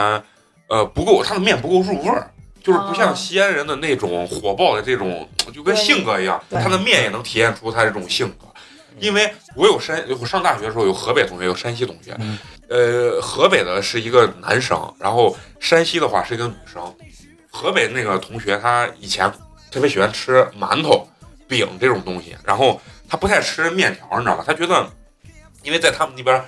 [SPEAKER 1] 呃不够，它的面不够入味儿，就是不像
[SPEAKER 4] 哦
[SPEAKER 1] 西安人的那种火爆的这种，就跟
[SPEAKER 4] 对
[SPEAKER 1] 性格一样，
[SPEAKER 4] 对
[SPEAKER 1] 他的面也能体现出他这种性格。因为我有山，我上大学的时候有河北同学，有山西同学，
[SPEAKER 6] 嗯
[SPEAKER 1] 呃，河北的是一个男生，然后山西的话是一个女生。河北那个同学他以前特别喜欢吃馒头、饼这种东西，然后他不太吃面条，你知道吧？他觉得，因为在他们那边儿，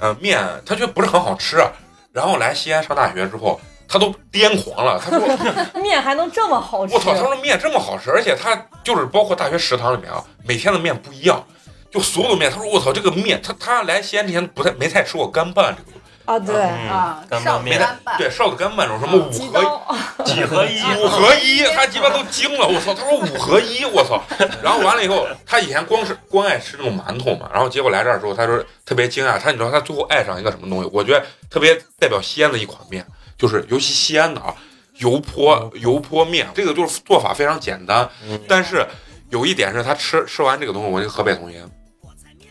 [SPEAKER 1] 呃，面他觉得不是很好吃。啊然后来西安上大学之后，他都癫狂了。他说
[SPEAKER 4] 啊面还能这么好：“吃
[SPEAKER 1] 我，操，他说面这么好吃，而且他就是包括大学食堂里面啊，每天的面不一样，就所有的面。”他说：“我操，这个面，他他来西安之前不太没太吃过干拌这个东西，
[SPEAKER 4] 啊，对，
[SPEAKER 5] 嗯
[SPEAKER 3] 啊，
[SPEAKER 5] 干拌
[SPEAKER 3] 上
[SPEAKER 5] 面
[SPEAKER 3] 干拌，
[SPEAKER 1] 对，烧的干拌这种什么五
[SPEAKER 4] 鸡
[SPEAKER 1] 合一
[SPEAKER 4] 刀，
[SPEAKER 5] 几合一，
[SPEAKER 1] 五合一，他鸡巴都惊了，我操！他说五合一，我操！然后完了以后，他以前光是光爱吃那种馒头嘛，然后结果来这儿之后，他说特别惊讶，他你知道他最后爱上一个什么东西？我觉得特别代表西安的一款面，就是尤其西安的啊，油泼油泼面，这个就是做法非常简单，
[SPEAKER 5] 嗯
[SPEAKER 1] 但是有一点是他吃吃完这个东西，我那个河北同学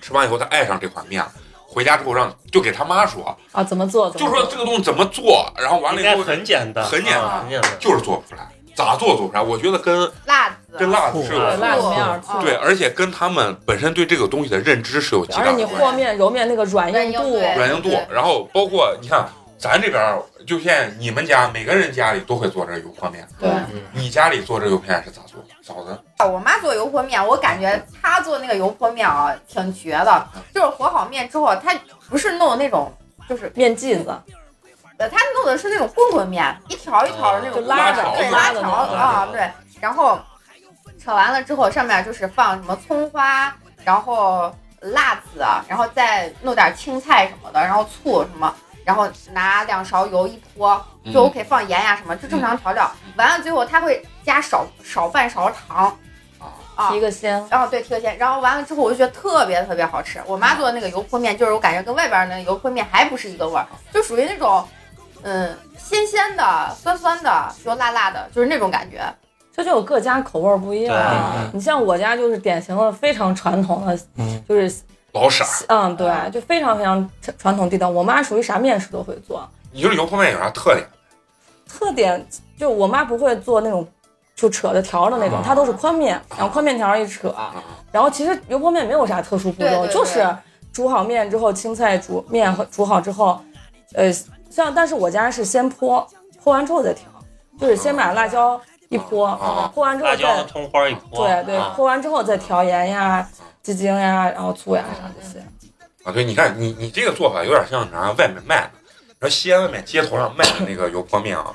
[SPEAKER 1] 吃完以后，他爱上这款面了。回家之后让就给他妈说，
[SPEAKER 4] 啊，怎么做？怎
[SPEAKER 1] 就
[SPEAKER 4] 么
[SPEAKER 1] 说
[SPEAKER 4] 做
[SPEAKER 1] 这个东西怎么做，然后完了
[SPEAKER 5] 应
[SPEAKER 1] 以
[SPEAKER 5] 该
[SPEAKER 1] 后
[SPEAKER 5] 很简单，
[SPEAKER 1] 很简单
[SPEAKER 5] 啊很简单。
[SPEAKER 1] 就是做不出来，咋做做不出来。我觉得跟
[SPEAKER 3] 辣子，
[SPEAKER 1] 跟辣子是有
[SPEAKER 4] 对辣子
[SPEAKER 1] 关
[SPEAKER 4] 面
[SPEAKER 1] 系
[SPEAKER 4] 儿醋
[SPEAKER 3] 啊
[SPEAKER 1] 对，而且跟他们本身对这个东西的认知是有极
[SPEAKER 4] 而
[SPEAKER 1] 大
[SPEAKER 4] 且
[SPEAKER 1] 的
[SPEAKER 4] 你
[SPEAKER 1] 关系
[SPEAKER 4] 和面、揉面那个软硬
[SPEAKER 3] 软硬
[SPEAKER 4] 度，
[SPEAKER 3] 对
[SPEAKER 1] 软硬度
[SPEAKER 3] 对，
[SPEAKER 1] 然后包括你看咱这边儿，就现在你们家每个人家里都会做这油泼面，
[SPEAKER 3] 对。
[SPEAKER 5] 嗯
[SPEAKER 1] 你家里做这油泼面是咋做？嫂子
[SPEAKER 3] 啊我妈做油泼面，我感觉她做那个油泼面啊，挺绝的。就是和好面之后，她不是弄那种，就是
[SPEAKER 4] 面剂子，
[SPEAKER 3] 呃，她弄的是那种棍棍面，一条一条的那种
[SPEAKER 4] 哦就拉
[SPEAKER 1] 着
[SPEAKER 3] 对，
[SPEAKER 1] 拉
[SPEAKER 3] 拉
[SPEAKER 4] 着
[SPEAKER 3] 条
[SPEAKER 4] 那
[SPEAKER 5] 种
[SPEAKER 3] 啊，对。然后扯完了之后，上面就是放什么葱花，然后辣子，然后再弄点青菜什么的，然后醋什么，然后拿两勺油一泼，
[SPEAKER 1] 嗯
[SPEAKER 3] 就 OK，放盐呀、什么，就正常调料。完了最后，她会加少少半勺糖
[SPEAKER 1] 啊，
[SPEAKER 3] 啊
[SPEAKER 4] 提，个鲜，
[SPEAKER 3] 然后对提个鲜，然后完了之后我就觉得特别特别好吃。我妈做的那个油泼面，就是我感觉跟外边儿那油泼面还不是一个味儿，就属于那种，嗯，鲜鲜的、酸酸的又辣辣的，就是那种感觉。
[SPEAKER 4] 这就有各家口味儿不一
[SPEAKER 5] 对
[SPEAKER 4] 样。你像我家就是典型的非常传统的，
[SPEAKER 6] 嗯，
[SPEAKER 4] 就是
[SPEAKER 1] 老婶儿，
[SPEAKER 4] 嗯，对，就非常非常传传统地道。我妈属于啥面食都会做，
[SPEAKER 1] 你觉得油泼面有啥特点？
[SPEAKER 4] 特点就我妈不会做那种就扯着条儿的那种，她都是宽面，然后宽面条儿一扯，然后其实油泼面没有啥特殊步
[SPEAKER 3] 对
[SPEAKER 4] 骤，
[SPEAKER 3] 对对
[SPEAKER 4] 就是煮好面之后，青菜煮面和煮好之后，呃，像但是我家是先泼，泼完之后再调，就是先把辣椒一泼，
[SPEAKER 1] 啊
[SPEAKER 4] 泼完之后
[SPEAKER 5] 辣椒
[SPEAKER 4] 再
[SPEAKER 5] 和葱花一泼，
[SPEAKER 4] 对对
[SPEAKER 5] 啊，
[SPEAKER 4] 泼完之后再调盐呀、鸡精呀，然后醋呀啥这些。
[SPEAKER 1] 啊，对，你看你你这个做法有点像啥外面卖的，然后西安外面街头上卖的那个油泼面啊，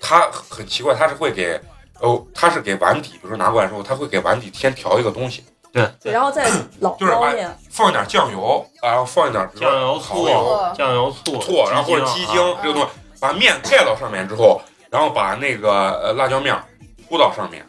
[SPEAKER 1] 它很奇怪，它是会给哦，它是给碗底，比如说拿过来之后，它会给碗底先调一个东西。
[SPEAKER 5] 对对，
[SPEAKER 4] 然后再老
[SPEAKER 1] 就是
[SPEAKER 4] 捞
[SPEAKER 1] 把
[SPEAKER 4] 面，
[SPEAKER 1] 放一点酱油，啊然后放一点比如说
[SPEAKER 5] 酱油
[SPEAKER 1] 蚝
[SPEAKER 5] 醋
[SPEAKER 1] 油、
[SPEAKER 5] 酱油醋
[SPEAKER 1] 醋，然后或者鸡精
[SPEAKER 5] 啊
[SPEAKER 1] 这个东西，把面盖到上面之后，然后把那个呃辣椒面铺到上面，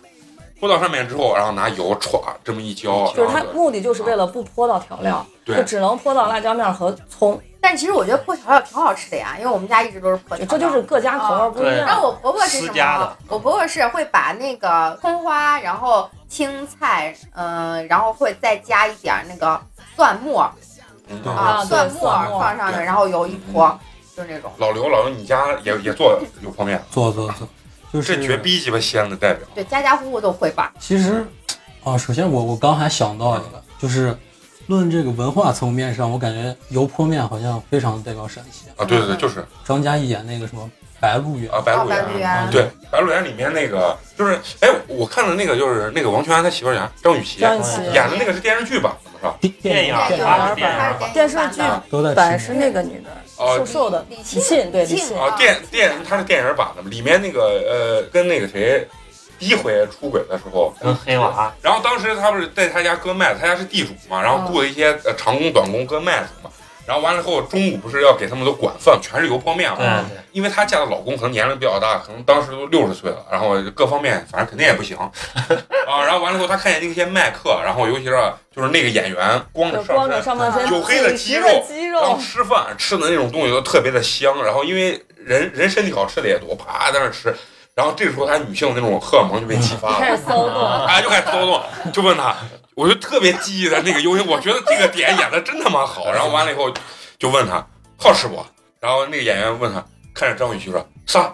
[SPEAKER 1] 铺到上面之后，然后拿油歘这么一浇，
[SPEAKER 4] 就是
[SPEAKER 1] 然
[SPEAKER 4] 它
[SPEAKER 1] 后
[SPEAKER 4] 目的就是为了不泼到调料，
[SPEAKER 1] 对
[SPEAKER 4] 就只能泼到辣椒面和葱，
[SPEAKER 3] 但其实我觉得破小料挺好吃的呀，因为我们家一直都是破小料。
[SPEAKER 4] 这就是各家口味不一
[SPEAKER 5] 对
[SPEAKER 4] 样。
[SPEAKER 3] 然后我婆婆是什
[SPEAKER 5] 私家
[SPEAKER 3] 么
[SPEAKER 5] 的？
[SPEAKER 3] 我婆婆是会把那个葱花，然后青菜，嗯、然后会再加一点儿那个蒜末
[SPEAKER 1] 嗯
[SPEAKER 6] 啊
[SPEAKER 3] 啊，
[SPEAKER 4] 对
[SPEAKER 3] 蒜末
[SPEAKER 4] 蒜末
[SPEAKER 3] 放上去，
[SPEAKER 1] 对
[SPEAKER 3] 然后油一泼，就那种。
[SPEAKER 1] 老刘，老刘，你家也也做油泼面，
[SPEAKER 6] 做做做，就是
[SPEAKER 1] 这绝逼鸡巴西安的代表。
[SPEAKER 3] 对，家家户户都会吧。
[SPEAKER 6] 其实，啊，首先我我刚还想到一个，就是论这个文化层面上，我感觉油泼面好像非常代表陕西。
[SPEAKER 1] 啊，对对对，就是
[SPEAKER 6] 张嘉译演那个什么《白鹿原
[SPEAKER 1] 啊，》，白鹿
[SPEAKER 3] 啊白
[SPEAKER 1] 原
[SPEAKER 3] 鹿，原
[SPEAKER 1] 对，《白鹿原》里面那个就是，哎，我看的那个就是那个王全安他媳妇儿演张雨绮
[SPEAKER 4] 张雨
[SPEAKER 1] 演的
[SPEAKER 4] 绮
[SPEAKER 1] 那个是电视剧吧？是吧？
[SPEAKER 6] 电
[SPEAKER 5] 电影
[SPEAKER 6] 影
[SPEAKER 5] 啊
[SPEAKER 6] 电
[SPEAKER 5] 花
[SPEAKER 6] 影
[SPEAKER 5] 式电影啊
[SPEAKER 3] 它
[SPEAKER 4] 电
[SPEAKER 3] 是
[SPEAKER 4] 视
[SPEAKER 3] 版
[SPEAKER 4] 剧
[SPEAKER 3] 的
[SPEAKER 6] 都在
[SPEAKER 4] 版
[SPEAKER 6] 吃
[SPEAKER 4] 是那个女的，
[SPEAKER 1] 哦
[SPEAKER 4] 瘦瘦的
[SPEAKER 3] 李
[SPEAKER 4] 李
[SPEAKER 3] 沁
[SPEAKER 4] 沁，对
[SPEAKER 3] 李
[SPEAKER 4] 李
[SPEAKER 3] 沁
[SPEAKER 4] 沁，
[SPEAKER 1] 啊，电电它是电影版的，里面那个呃，跟那个谁，第一回出轨的时候，
[SPEAKER 5] 跟黑娃
[SPEAKER 1] 然后当时他不是在他家割麦子，他家是地主嘛，然后雇了一
[SPEAKER 4] 嗯
[SPEAKER 1] 些呃长工短工割麦子嘛，然后完了以后中午不是要给他们都管饭，全是油泼面
[SPEAKER 5] 对
[SPEAKER 4] 嗯
[SPEAKER 1] 嘛，
[SPEAKER 5] 对
[SPEAKER 1] 因为她嫁的老公可能年龄比较大，可能当时都六十岁了，然后各方面反正肯定也不 行啊，然后完了以后她看见那些麦客，然后尤其是就是那个演员光着
[SPEAKER 4] 就
[SPEAKER 1] 上
[SPEAKER 4] 光着
[SPEAKER 1] 身，
[SPEAKER 4] 上半身，
[SPEAKER 1] 有黑的肌
[SPEAKER 4] 肌
[SPEAKER 1] 肉
[SPEAKER 4] 肌
[SPEAKER 1] 然后
[SPEAKER 4] 肉，
[SPEAKER 1] 吃饭吃的那种东西都特别的香，然后因为人人身体好吃的也多，啪在那吃，然后这时候她女性的那种荷尔蒙就被激发了
[SPEAKER 4] 嗯开。始骚动。
[SPEAKER 1] 啊，就开始骚动，就问他，我就特别记忆的那个游戏，我觉得这个点演的真他妈好。然后完了以后，就问他好吃不？然后那个演员问他，看着张雨绮说啥？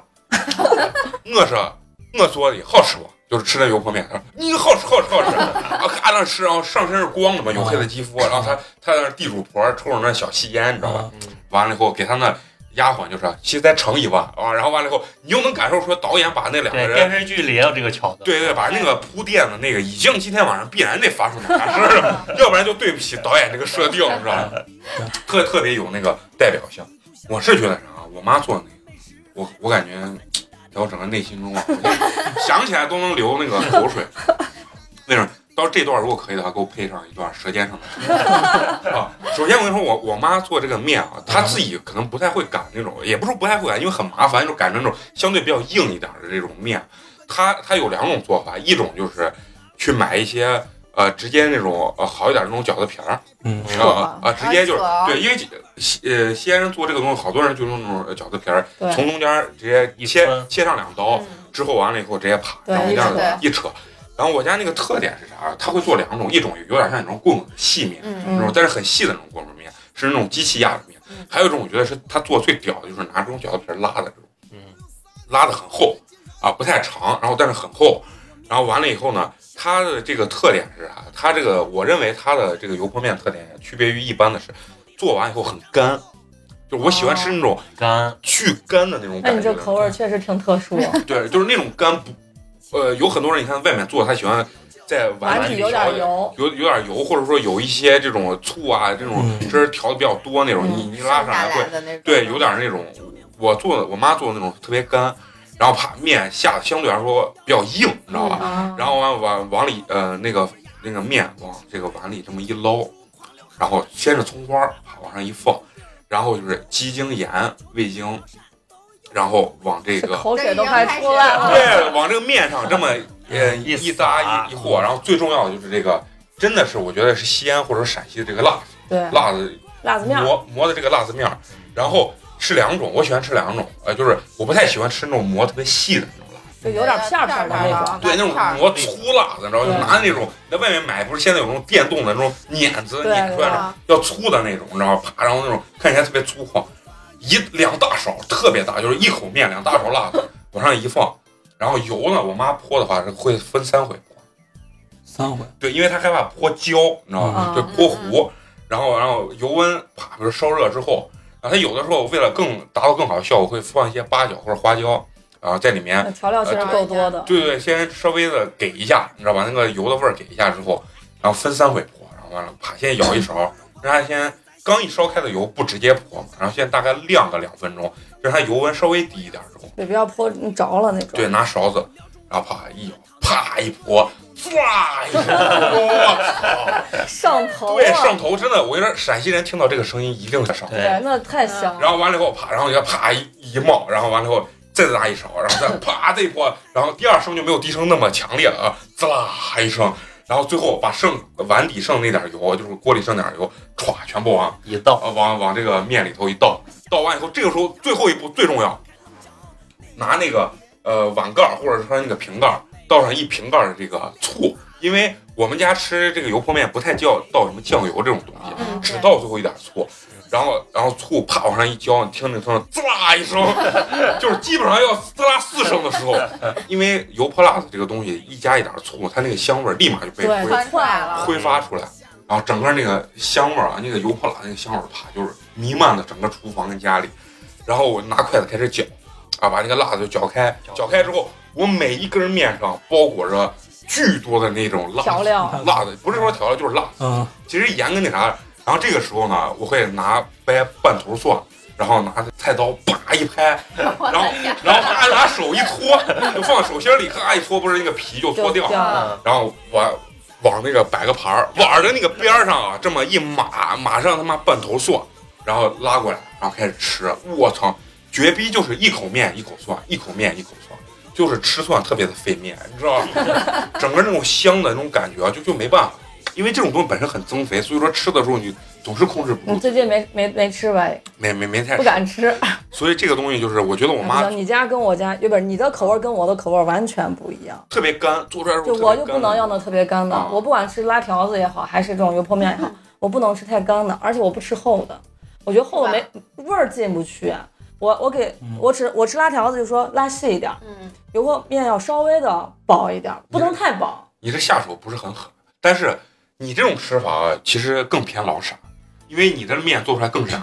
[SPEAKER 1] 我说我做的好吃不？就是吃那油泼面，他说你好吃好吃好吃，啊咔那吃，然后上身是光的嘛，黝黑的肌肤，然后他他在那地主婆抽着那小细烟，你知道吧？
[SPEAKER 6] 啊，
[SPEAKER 5] 嗯
[SPEAKER 1] 完了以后给他那丫鬟就说，其实再盛一碗啊，然后完了以后，你又能感受出导演把那两个
[SPEAKER 5] 对
[SPEAKER 1] 人
[SPEAKER 5] 电视剧里也有这个桥段。
[SPEAKER 1] 对对，把那个铺垫的那个，已经今天晚上必然得发生点啥事儿了， 要不然就对不起导演这个设定，你知道吗？特特别有那个代表性。我是觉得啥，我妈做的那个，我我感觉在我整个内心中啊，我就想起来都能流那个口水。那种到这段如果可以的话，给我配上一段《舌尖上的啊。首先我跟你说，我我妈做这个面啊，她自己可能不太会擀那种，也不是不太会擀，因为很麻烦，就是擀成那种相对比较硬一点的这种面。她她有两种做法，一种就是去买一些呃直接那种呃好一点的那种饺子皮儿，
[SPEAKER 6] 嗯
[SPEAKER 1] 啊啊啊，直接就是
[SPEAKER 3] 扯哦
[SPEAKER 1] 对，因为西呃西安人做这个东西，好多人就用那种呃饺子皮儿，
[SPEAKER 4] 对
[SPEAKER 1] 从中间儿直接
[SPEAKER 5] 一
[SPEAKER 1] 切
[SPEAKER 5] 分
[SPEAKER 1] 切上两刀
[SPEAKER 3] 嗯，
[SPEAKER 1] 之后完了以后直接啪，
[SPEAKER 4] 对
[SPEAKER 1] 然后这样子
[SPEAKER 3] 对
[SPEAKER 1] 一扯。然后我家那个特点是啥？它会做两种，一种有点像那种棍棍细面，
[SPEAKER 3] 嗯，
[SPEAKER 1] 那种
[SPEAKER 4] 嗯，
[SPEAKER 1] 但是很细的那种棍棍面，是那种机器压的面
[SPEAKER 3] 嗯；
[SPEAKER 1] 还有一种我觉得是它做最屌的，就是拿这种饺子皮儿拉的这种，
[SPEAKER 5] 嗯，
[SPEAKER 1] 拉的很厚啊，不太长，然后但是很厚。然后完了以后呢，它的这个特点是啥？它这个我认为它的这个油泼面特点区别于一般的是，做完以后很干，就是我喜欢吃那种
[SPEAKER 5] 干
[SPEAKER 1] 巨干的那种
[SPEAKER 4] 哦
[SPEAKER 1] 感觉。
[SPEAKER 4] 那哎你这口味儿确实挺特殊，
[SPEAKER 1] 对，就是那种干不，呃，有很多人你看外面做，他喜欢在碗
[SPEAKER 4] 碗
[SPEAKER 1] 里
[SPEAKER 4] 底有
[SPEAKER 1] 调
[SPEAKER 4] 点油，
[SPEAKER 1] 有有点油，或者说有一些这种醋啊，这种
[SPEAKER 6] 嗯
[SPEAKER 1] 汁儿调的比较多那种，
[SPEAKER 4] 嗯
[SPEAKER 1] 你你拉
[SPEAKER 3] 剩
[SPEAKER 1] 上
[SPEAKER 3] 下
[SPEAKER 1] 来会
[SPEAKER 3] 来的那种。
[SPEAKER 1] 对有点那种我做的我妈做的那种特别干，然后把面下的相对来说比较硬，你知道吧？
[SPEAKER 4] 啊，
[SPEAKER 3] 嗯
[SPEAKER 1] 然后往往往里呃那个那个面往这个碗里这么一捞，然后先是葱花儿往上一放，然后就是鸡精、盐、味精，然后往这
[SPEAKER 4] 这
[SPEAKER 1] 个
[SPEAKER 4] 口水都快出来了。
[SPEAKER 1] 对，往这个面上这么呃
[SPEAKER 5] 一
[SPEAKER 1] 一搭
[SPEAKER 5] 撒
[SPEAKER 1] 一一和，然后最重要的就是这个，真的是我觉得是西安或者陕西的这个辣
[SPEAKER 4] 对，
[SPEAKER 1] 辣子
[SPEAKER 4] 嗯辣子面儿，
[SPEAKER 1] 磨磨的这个辣子面儿，然后吃两种，我喜欢吃两种，呃，就是我不太喜欢吃那种磨特别细的那种辣，
[SPEAKER 4] 就有点片儿片
[SPEAKER 3] 片
[SPEAKER 4] 儿
[SPEAKER 3] 儿
[SPEAKER 4] 的
[SPEAKER 3] 片
[SPEAKER 4] 那
[SPEAKER 3] 儿
[SPEAKER 4] 种。
[SPEAKER 3] 的
[SPEAKER 1] 对，那种
[SPEAKER 3] 片儿
[SPEAKER 1] 磨粗辣子，然后就
[SPEAKER 4] 对
[SPEAKER 1] 拿那种在外面买不是现在有那种电动的那种碾子
[SPEAKER 4] 对
[SPEAKER 1] 碾出来那种
[SPEAKER 3] 啊
[SPEAKER 1] 要粗的那种，你知道吧？啪，然后那种看起来特别粗犷，一两大勺，特别大，就是一口面两大勺辣子往上一放，然后油呢，我妈泼的话是会分三回泼，
[SPEAKER 6] 三回
[SPEAKER 1] 对，因为她害怕泼焦，你知道吧？
[SPEAKER 4] 嗯
[SPEAKER 1] 对，泼糊，然后然后油温啪，比如烧热之后，啊，她有的时候为了更达到更好的效果，会放一些八角或者花椒，啊，在里面
[SPEAKER 4] 那调料其实够多的，
[SPEAKER 1] 呃对对，先稍微的给一下，你知道吧？那个油的味儿给一下之后，然后分三回泼，然后完了，啪，先舀一勺，让它先刚一烧开的油不直接泼嘛，然后先大概晾个两分钟，让它油温稍微低一点之后，
[SPEAKER 4] 对，不要泼着了那种。
[SPEAKER 1] 对，拿勺子，然后啪一舀，啪一泼，唰一泼，我操！
[SPEAKER 4] 上头
[SPEAKER 1] 对，
[SPEAKER 4] 啊
[SPEAKER 1] 上！头真的，我跟你说，陕西人听到这个声音一定在上头。
[SPEAKER 5] 对，
[SPEAKER 4] 那太香了。
[SPEAKER 1] 然后完了以后啪，然后给它啪一一冒，然后完了以后再拿一勺，然后再啪这一泼，然后第二声就没有第一声那么强烈了啊，滋啦一声，然后最后把剩碗底剩那点油，就是锅里剩点油，歘，全部往
[SPEAKER 5] 一道
[SPEAKER 1] 呃往往这个面里头一倒，倒完以后，这个时候最后一步最重要，拿那个呃碗盖儿或者说那个瓶盖儿倒上一瓶盖儿的这个醋，因为我们家吃这个油泼面不太叫倒什么酱油这种东西，
[SPEAKER 3] 嗯，
[SPEAKER 1] 只
[SPEAKER 3] 对
[SPEAKER 1] 倒最后一点醋，然后然后醋啪往上一浇，你听着听着滋啦一声， 就是基本上要滋啦四声的时候，因为油泼辣子这个东西一加一点醋，它那个香味儿立马就被
[SPEAKER 4] 对
[SPEAKER 1] 挥
[SPEAKER 3] 窜出来了。
[SPEAKER 1] 挥发出来，然后整个那个香味儿啊，那个油泼辣那个香味儿，啪就是弥漫的整个厨房跟家里。然后我拿筷子开始搅，啊，把那个辣子搅开，搅开之后，我每一根面上包裹着巨多的那种辣
[SPEAKER 4] 调料，
[SPEAKER 1] 辣的，不是说调料就是辣的
[SPEAKER 6] 嗯，
[SPEAKER 1] 其实盐跟那啥，然后这个时候呢，我会拿掰半头蒜，然后拿菜刀啪一拍，
[SPEAKER 3] 我
[SPEAKER 1] 然后
[SPEAKER 3] 的天，
[SPEAKER 1] 然后啪拿手一搓，就放手心里，咔一搓，不是那个皮就搓
[SPEAKER 4] 就
[SPEAKER 1] 掉
[SPEAKER 4] 掉
[SPEAKER 1] 了。
[SPEAKER 4] 了。
[SPEAKER 5] 嗯
[SPEAKER 1] 然后我往那个摆个盘
[SPEAKER 4] 嗯
[SPEAKER 1] 儿，往着那个边儿上啊，这么一码，马上他妈半头蒜，然后拉过来，然后开始吃。我操，绝逼就是一口面一口蒜，一口面一口蒜，就是吃蒜特别的费面，你知道 吗？整个那种香的那种感觉啊，就就没办法，因为这种东西本身很增肥，所以说吃的时候你总是控制不住，
[SPEAKER 4] 你嗯最近没没没吃吧？
[SPEAKER 1] 没没没太
[SPEAKER 4] 不
[SPEAKER 1] 吃。
[SPEAKER 4] 敢吃。
[SPEAKER 1] 所以这个东西就是我觉得 我
[SPEAKER 4] 不
[SPEAKER 1] 妈
[SPEAKER 4] 行，你家跟我家，不是你的口味跟我的口味完全不一样。
[SPEAKER 1] 特别干，做出来的时
[SPEAKER 4] 就
[SPEAKER 1] 候
[SPEAKER 4] 我
[SPEAKER 1] 特
[SPEAKER 4] 就
[SPEAKER 1] 别
[SPEAKER 4] 不能
[SPEAKER 1] 干
[SPEAKER 4] 要那特别干的
[SPEAKER 1] 啊，
[SPEAKER 4] 我不管是拉条子也好，还是这种油泼面 也好，我不能吃太干的，而且我不吃厚的，我觉得厚的没味儿进不去。我我给
[SPEAKER 1] 嗯
[SPEAKER 4] 我吃我吃拉条子就说拉细一点，
[SPEAKER 3] 嗯，
[SPEAKER 4] 油泼面要稍微的薄一点，不能太薄。
[SPEAKER 1] 你这下手不是很狠，但是你这种吃法啊其实更偏老陕，因为你的面做出来更燃。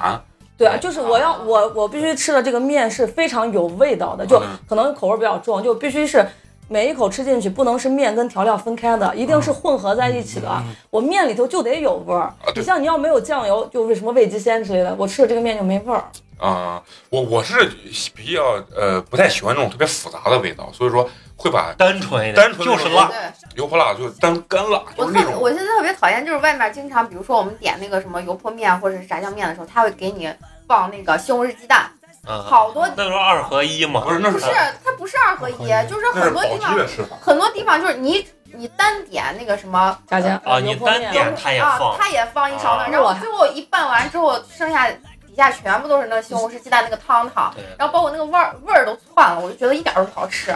[SPEAKER 4] 对啊，就是我要我我必须吃的这个面是非常有味道的，就
[SPEAKER 1] 嗯
[SPEAKER 4] 可能口味比较重，就必须是每一口吃进去不能是面跟调料分开的，一定
[SPEAKER 1] 嗯
[SPEAKER 4] 是混合在一起的。
[SPEAKER 6] 嗯
[SPEAKER 4] 我面里头就得有味儿。
[SPEAKER 1] 啊对
[SPEAKER 4] 你像你要没有酱油，就为什么味极鲜之类的，我吃的这个面就没味儿。
[SPEAKER 1] 啊、我我是比较呃不太喜欢那种特别复杂的味道，所以说会把
[SPEAKER 5] 单纯一点，
[SPEAKER 1] 单纯
[SPEAKER 5] 就是
[SPEAKER 1] 辣
[SPEAKER 5] 辣，
[SPEAKER 3] 对。
[SPEAKER 1] 油泼辣就是单干辣，
[SPEAKER 3] 我
[SPEAKER 1] 就是那
[SPEAKER 3] 特别，
[SPEAKER 1] 种
[SPEAKER 3] 我现在特别讨厌，就是外面经常，比如说我们点那个什么油泼面啊或者是炸酱面的时候，他会给你放那个西红柿鸡蛋，
[SPEAKER 5] 嗯，
[SPEAKER 3] 好多
[SPEAKER 5] 那时候二合一嘛，
[SPEAKER 1] 不是那
[SPEAKER 3] 不
[SPEAKER 1] 是
[SPEAKER 3] 是，它不是二合一，就是
[SPEAKER 1] 那是
[SPEAKER 3] 很多
[SPEAKER 1] 宝
[SPEAKER 3] 地
[SPEAKER 1] 鸡的
[SPEAKER 3] 方，
[SPEAKER 1] 吃法，
[SPEAKER 3] 很多地方就是你你单点那个什么
[SPEAKER 4] 炸酱
[SPEAKER 5] 啊，你
[SPEAKER 4] 油泼
[SPEAKER 5] 单
[SPEAKER 4] 面
[SPEAKER 5] 点它也
[SPEAKER 3] 啊
[SPEAKER 5] 放，，
[SPEAKER 3] 他也放一勺
[SPEAKER 5] 啊
[SPEAKER 3] 呢，然后最后一拌完之后，剩下底下全部都是那西红柿鸡蛋那个汤汤，
[SPEAKER 5] 对。
[SPEAKER 3] 然后把我那个味儿味儿都窜了，我就觉得一点儿都不好吃。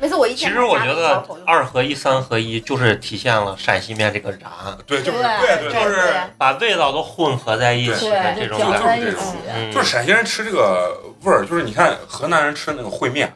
[SPEAKER 3] 每次我一
[SPEAKER 5] 其
[SPEAKER 3] 见
[SPEAKER 5] 实
[SPEAKER 3] 他
[SPEAKER 5] 我
[SPEAKER 3] 拿
[SPEAKER 5] 觉
[SPEAKER 3] 那个小
[SPEAKER 5] 得
[SPEAKER 3] 口就
[SPEAKER 5] 二合一、三合一就是体现了陕西面这个燃，
[SPEAKER 1] 对，就是
[SPEAKER 4] 对
[SPEAKER 1] 对，
[SPEAKER 3] 对
[SPEAKER 1] 就是
[SPEAKER 3] 对
[SPEAKER 5] 把味道都混合在一起的这
[SPEAKER 4] 就
[SPEAKER 5] 种
[SPEAKER 4] 搅
[SPEAKER 5] 感
[SPEAKER 4] 在
[SPEAKER 5] 觉。
[SPEAKER 4] 一
[SPEAKER 1] 就是这
[SPEAKER 4] 起
[SPEAKER 1] 种。啊
[SPEAKER 5] 嗯，
[SPEAKER 1] 就是陕西人吃这个味儿，就是你看河南人吃那个烩面，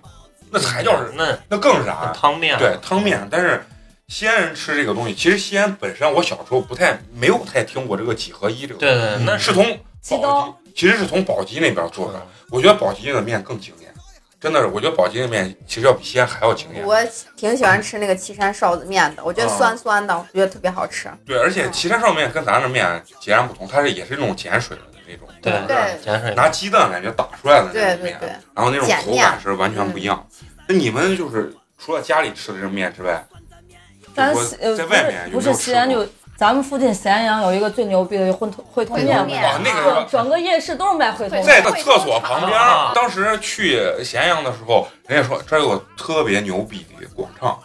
[SPEAKER 1] 那才叫是
[SPEAKER 5] 那
[SPEAKER 1] 那更燃，
[SPEAKER 5] 汤面，
[SPEAKER 1] 对汤面，但是西安人吃这个东西，其实西安本身我小时候不太没有太听过这个几合一这个东西，
[SPEAKER 5] 对对，那嗯
[SPEAKER 1] 是从
[SPEAKER 4] 七
[SPEAKER 1] 宝
[SPEAKER 4] 刀
[SPEAKER 1] 鸡，其实是从宝鸡那边做的。我觉得宝鸡的面更惊艳，真的是，我觉得宝鸡的面其实要比西安还要惊艳。
[SPEAKER 3] 我挺喜欢吃那个岐山臊子面的，我觉得酸酸的，我觉得特别好吃。
[SPEAKER 1] 对，而且岐山上面跟咱这面截然不同，它是也是那种碱水的那种，
[SPEAKER 5] 对
[SPEAKER 3] 对
[SPEAKER 5] 碱水
[SPEAKER 1] 拿鸡蛋感觉打出来的那
[SPEAKER 3] 对
[SPEAKER 1] 种
[SPEAKER 3] 对
[SPEAKER 1] 面，
[SPEAKER 3] 对，
[SPEAKER 1] 然后那种
[SPEAKER 3] 碱
[SPEAKER 1] 口感
[SPEAKER 3] 面嗯
[SPEAKER 1] 是完全不一样。那你们就是除了家里吃的这面之外，
[SPEAKER 4] 咱
[SPEAKER 1] 我
[SPEAKER 4] 西呃
[SPEAKER 1] 在
[SPEAKER 4] 不
[SPEAKER 1] 外面
[SPEAKER 4] 是
[SPEAKER 1] 有
[SPEAKER 4] 不
[SPEAKER 1] 没
[SPEAKER 4] 是
[SPEAKER 1] 有吃
[SPEAKER 4] 西安
[SPEAKER 1] 过
[SPEAKER 4] 就咱们附近咸阳有一个最牛逼的就混通烩通
[SPEAKER 3] 烩
[SPEAKER 4] 面
[SPEAKER 3] 通
[SPEAKER 4] 嘛，
[SPEAKER 3] 面
[SPEAKER 1] 哇，哦那个
[SPEAKER 4] 整整个夜市都是卖烩通
[SPEAKER 3] 对
[SPEAKER 1] 在
[SPEAKER 4] 面。
[SPEAKER 1] 的厕所旁边儿
[SPEAKER 4] 哦
[SPEAKER 5] 啊，
[SPEAKER 1] 当时去咸阳的时候，人家说这儿有个特别牛逼的广场，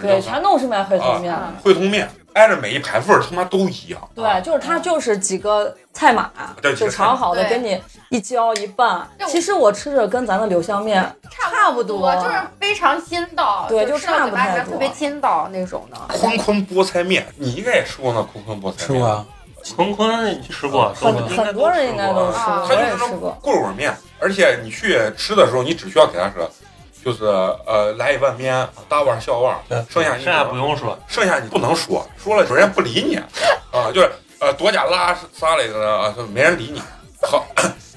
[SPEAKER 4] 对，全都是卖烩
[SPEAKER 1] 啊
[SPEAKER 4] 通面的。
[SPEAKER 1] 汇通面挨着每一排味儿他妈都一样。
[SPEAKER 4] 对，就是它就是几个菜码，
[SPEAKER 1] 对
[SPEAKER 4] 就炒好的，
[SPEAKER 3] 对
[SPEAKER 4] 给你一浇一拌
[SPEAKER 3] 就。
[SPEAKER 4] 其实我吃着跟咱的柳香面，
[SPEAKER 3] 差
[SPEAKER 4] 不多
[SPEAKER 3] 就是非常筋道，
[SPEAKER 4] 对
[SPEAKER 3] 就
[SPEAKER 4] 就差
[SPEAKER 3] 吃到
[SPEAKER 4] 不
[SPEAKER 3] 嘴巴里
[SPEAKER 4] 太
[SPEAKER 3] 面
[SPEAKER 4] 多
[SPEAKER 3] 特别筋道那种的。
[SPEAKER 1] 坤坤菠菜面，你应该也吃过那坤坤菠菜面。
[SPEAKER 6] 吃过。啊，
[SPEAKER 5] 坤坤吃过，
[SPEAKER 6] 很
[SPEAKER 5] 都
[SPEAKER 4] 很
[SPEAKER 5] 应该
[SPEAKER 4] 很多人应该都
[SPEAKER 5] 都
[SPEAKER 4] 吃
[SPEAKER 5] 吃
[SPEAKER 3] 啊
[SPEAKER 4] 过，
[SPEAKER 1] 它
[SPEAKER 4] 哦
[SPEAKER 1] 就
[SPEAKER 4] 我
[SPEAKER 1] 是
[SPEAKER 4] 也
[SPEAKER 1] 那
[SPEAKER 4] 吃过
[SPEAKER 1] 种。棍棍面，而且你去吃的时候，你只需要给它说，就是呃来一碗面，大碗小碗，
[SPEAKER 5] 对
[SPEAKER 1] 剩下
[SPEAKER 5] 过，
[SPEAKER 1] 你
[SPEAKER 5] 剩下不用说，
[SPEAKER 1] 剩下你不能说，说了人家不理你，啊，就是呃多加拉撒来的啊，就没人理你。好，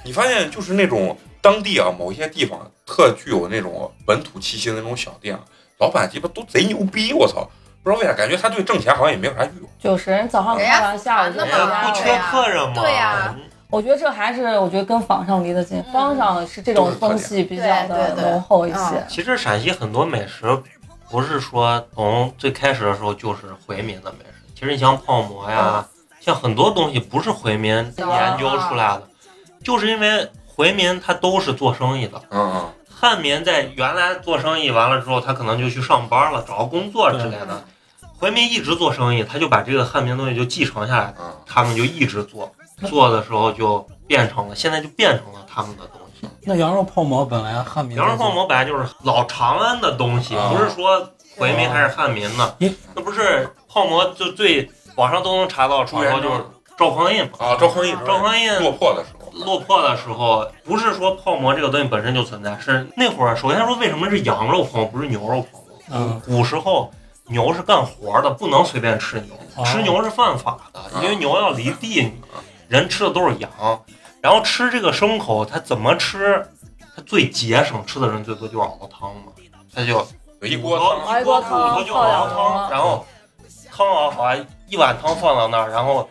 [SPEAKER 1] 你发现就是那种当地啊某一些地方特具有那种本土气息的那种小店，啊老板鸡巴都贼牛逼，我操！不知道为啥，感觉他对挣钱好像也没有啥欲望。
[SPEAKER 4] 就是人早
[SPEAKER 3] 哎
[SPEAKER 4] 上开完，下午就
[SPEAKER 3] 那
[SPEAKER 4] 回
[SPEAKER 3] 么
[SPEAKER 5] 人家
[SPEAKER 4] 家
[SPEAKER 5] 不
[SPEAKER 3] 缺
[SPEAKER 5] 缺
[SPEAKER 4] 了。
[SPEAKER 5] 客人嘛，嗯
[SPEAKER 3] 对呀
[SPEAKER 4] 我觉得这还是我觉得跟坊上离得近，
[SPEAKER 3] 嗯
[SPEAKER 4] 坊上是这种风气比较的
[SPEAKER 3] 对对对
[SPEAKER 4] 浓厚一些
[SPEAKER 3] 嗯。
[SPEAKER 5] 其实陕西很多美食，不是说从最开始的时候就是回民的美食。其实你像泡馍呀，像很多东西不是回民研究出来的，就是因为回民他都是做生意的。
[SPEAKER 1] 嗯嗯，
[SPEAKER 5] 汉民在原来做生意完了之后，他可能就去上班了，找个工作之类的。回民一直做生意，他就把这个汉民东西就继承下来了，
[SPEAKER 1] 啊，
[SPEAKER 5] 他们就一直做，做的时候就变成了，现在就变成了他们的东西。
[SPEAKER 6] 那羊肉泡馍本来汉民
[SPEAKER 5] 羊肉泡馍本来就是老长安的东西，
[SPEAKER 1] 啊
[SPEAKER 5] 不是说回民还是汉民呢
[SPEAKER 6] 因？
[SPEAKER 5] 那不是泡馍就最网上都能查到
[SPEAKER 1] 朱
[SPEAKER 5] 传
[SPEAKER 1] 元
[SPEAKER 5] 说就是赵匡胤嘛。
[SPEAKER 1] 啊，赵匡胤，
[SPEAKER 5] 赵匡胤
[SPEAKER 1] 落魄的时候，
[SPEAKER 5] 嗯落魄的时候，不是说泡馍这个东西本身就存在，是那会儿首先说为什么是羊肉泡馍不是牛肉泡馍？
[SPEAKER 6] 嗯
[SPEAKER 5] 古时候牛是干活的，不能随便吃牛，
[SPEAKER 6] 哦
[SPEAKER 5] 吃牛是犯法的，
[SPEAKER 1] 啊
[SPEAKER 5] 因为牛要犁地，人吃的都是羊，然后吃这个牲口，它怎么吃？它最节省，吃的人最多就是熬汤嘛，它就
[SPEAKER 1] 有一锅汤，
[SPEAKER 5] 哎熬一锅汤，骨头就熬汤，
[SPEAKER 4] 汤
[SPEAKER 5] 然后汤熬好，啊一碗汤放到那儿，然后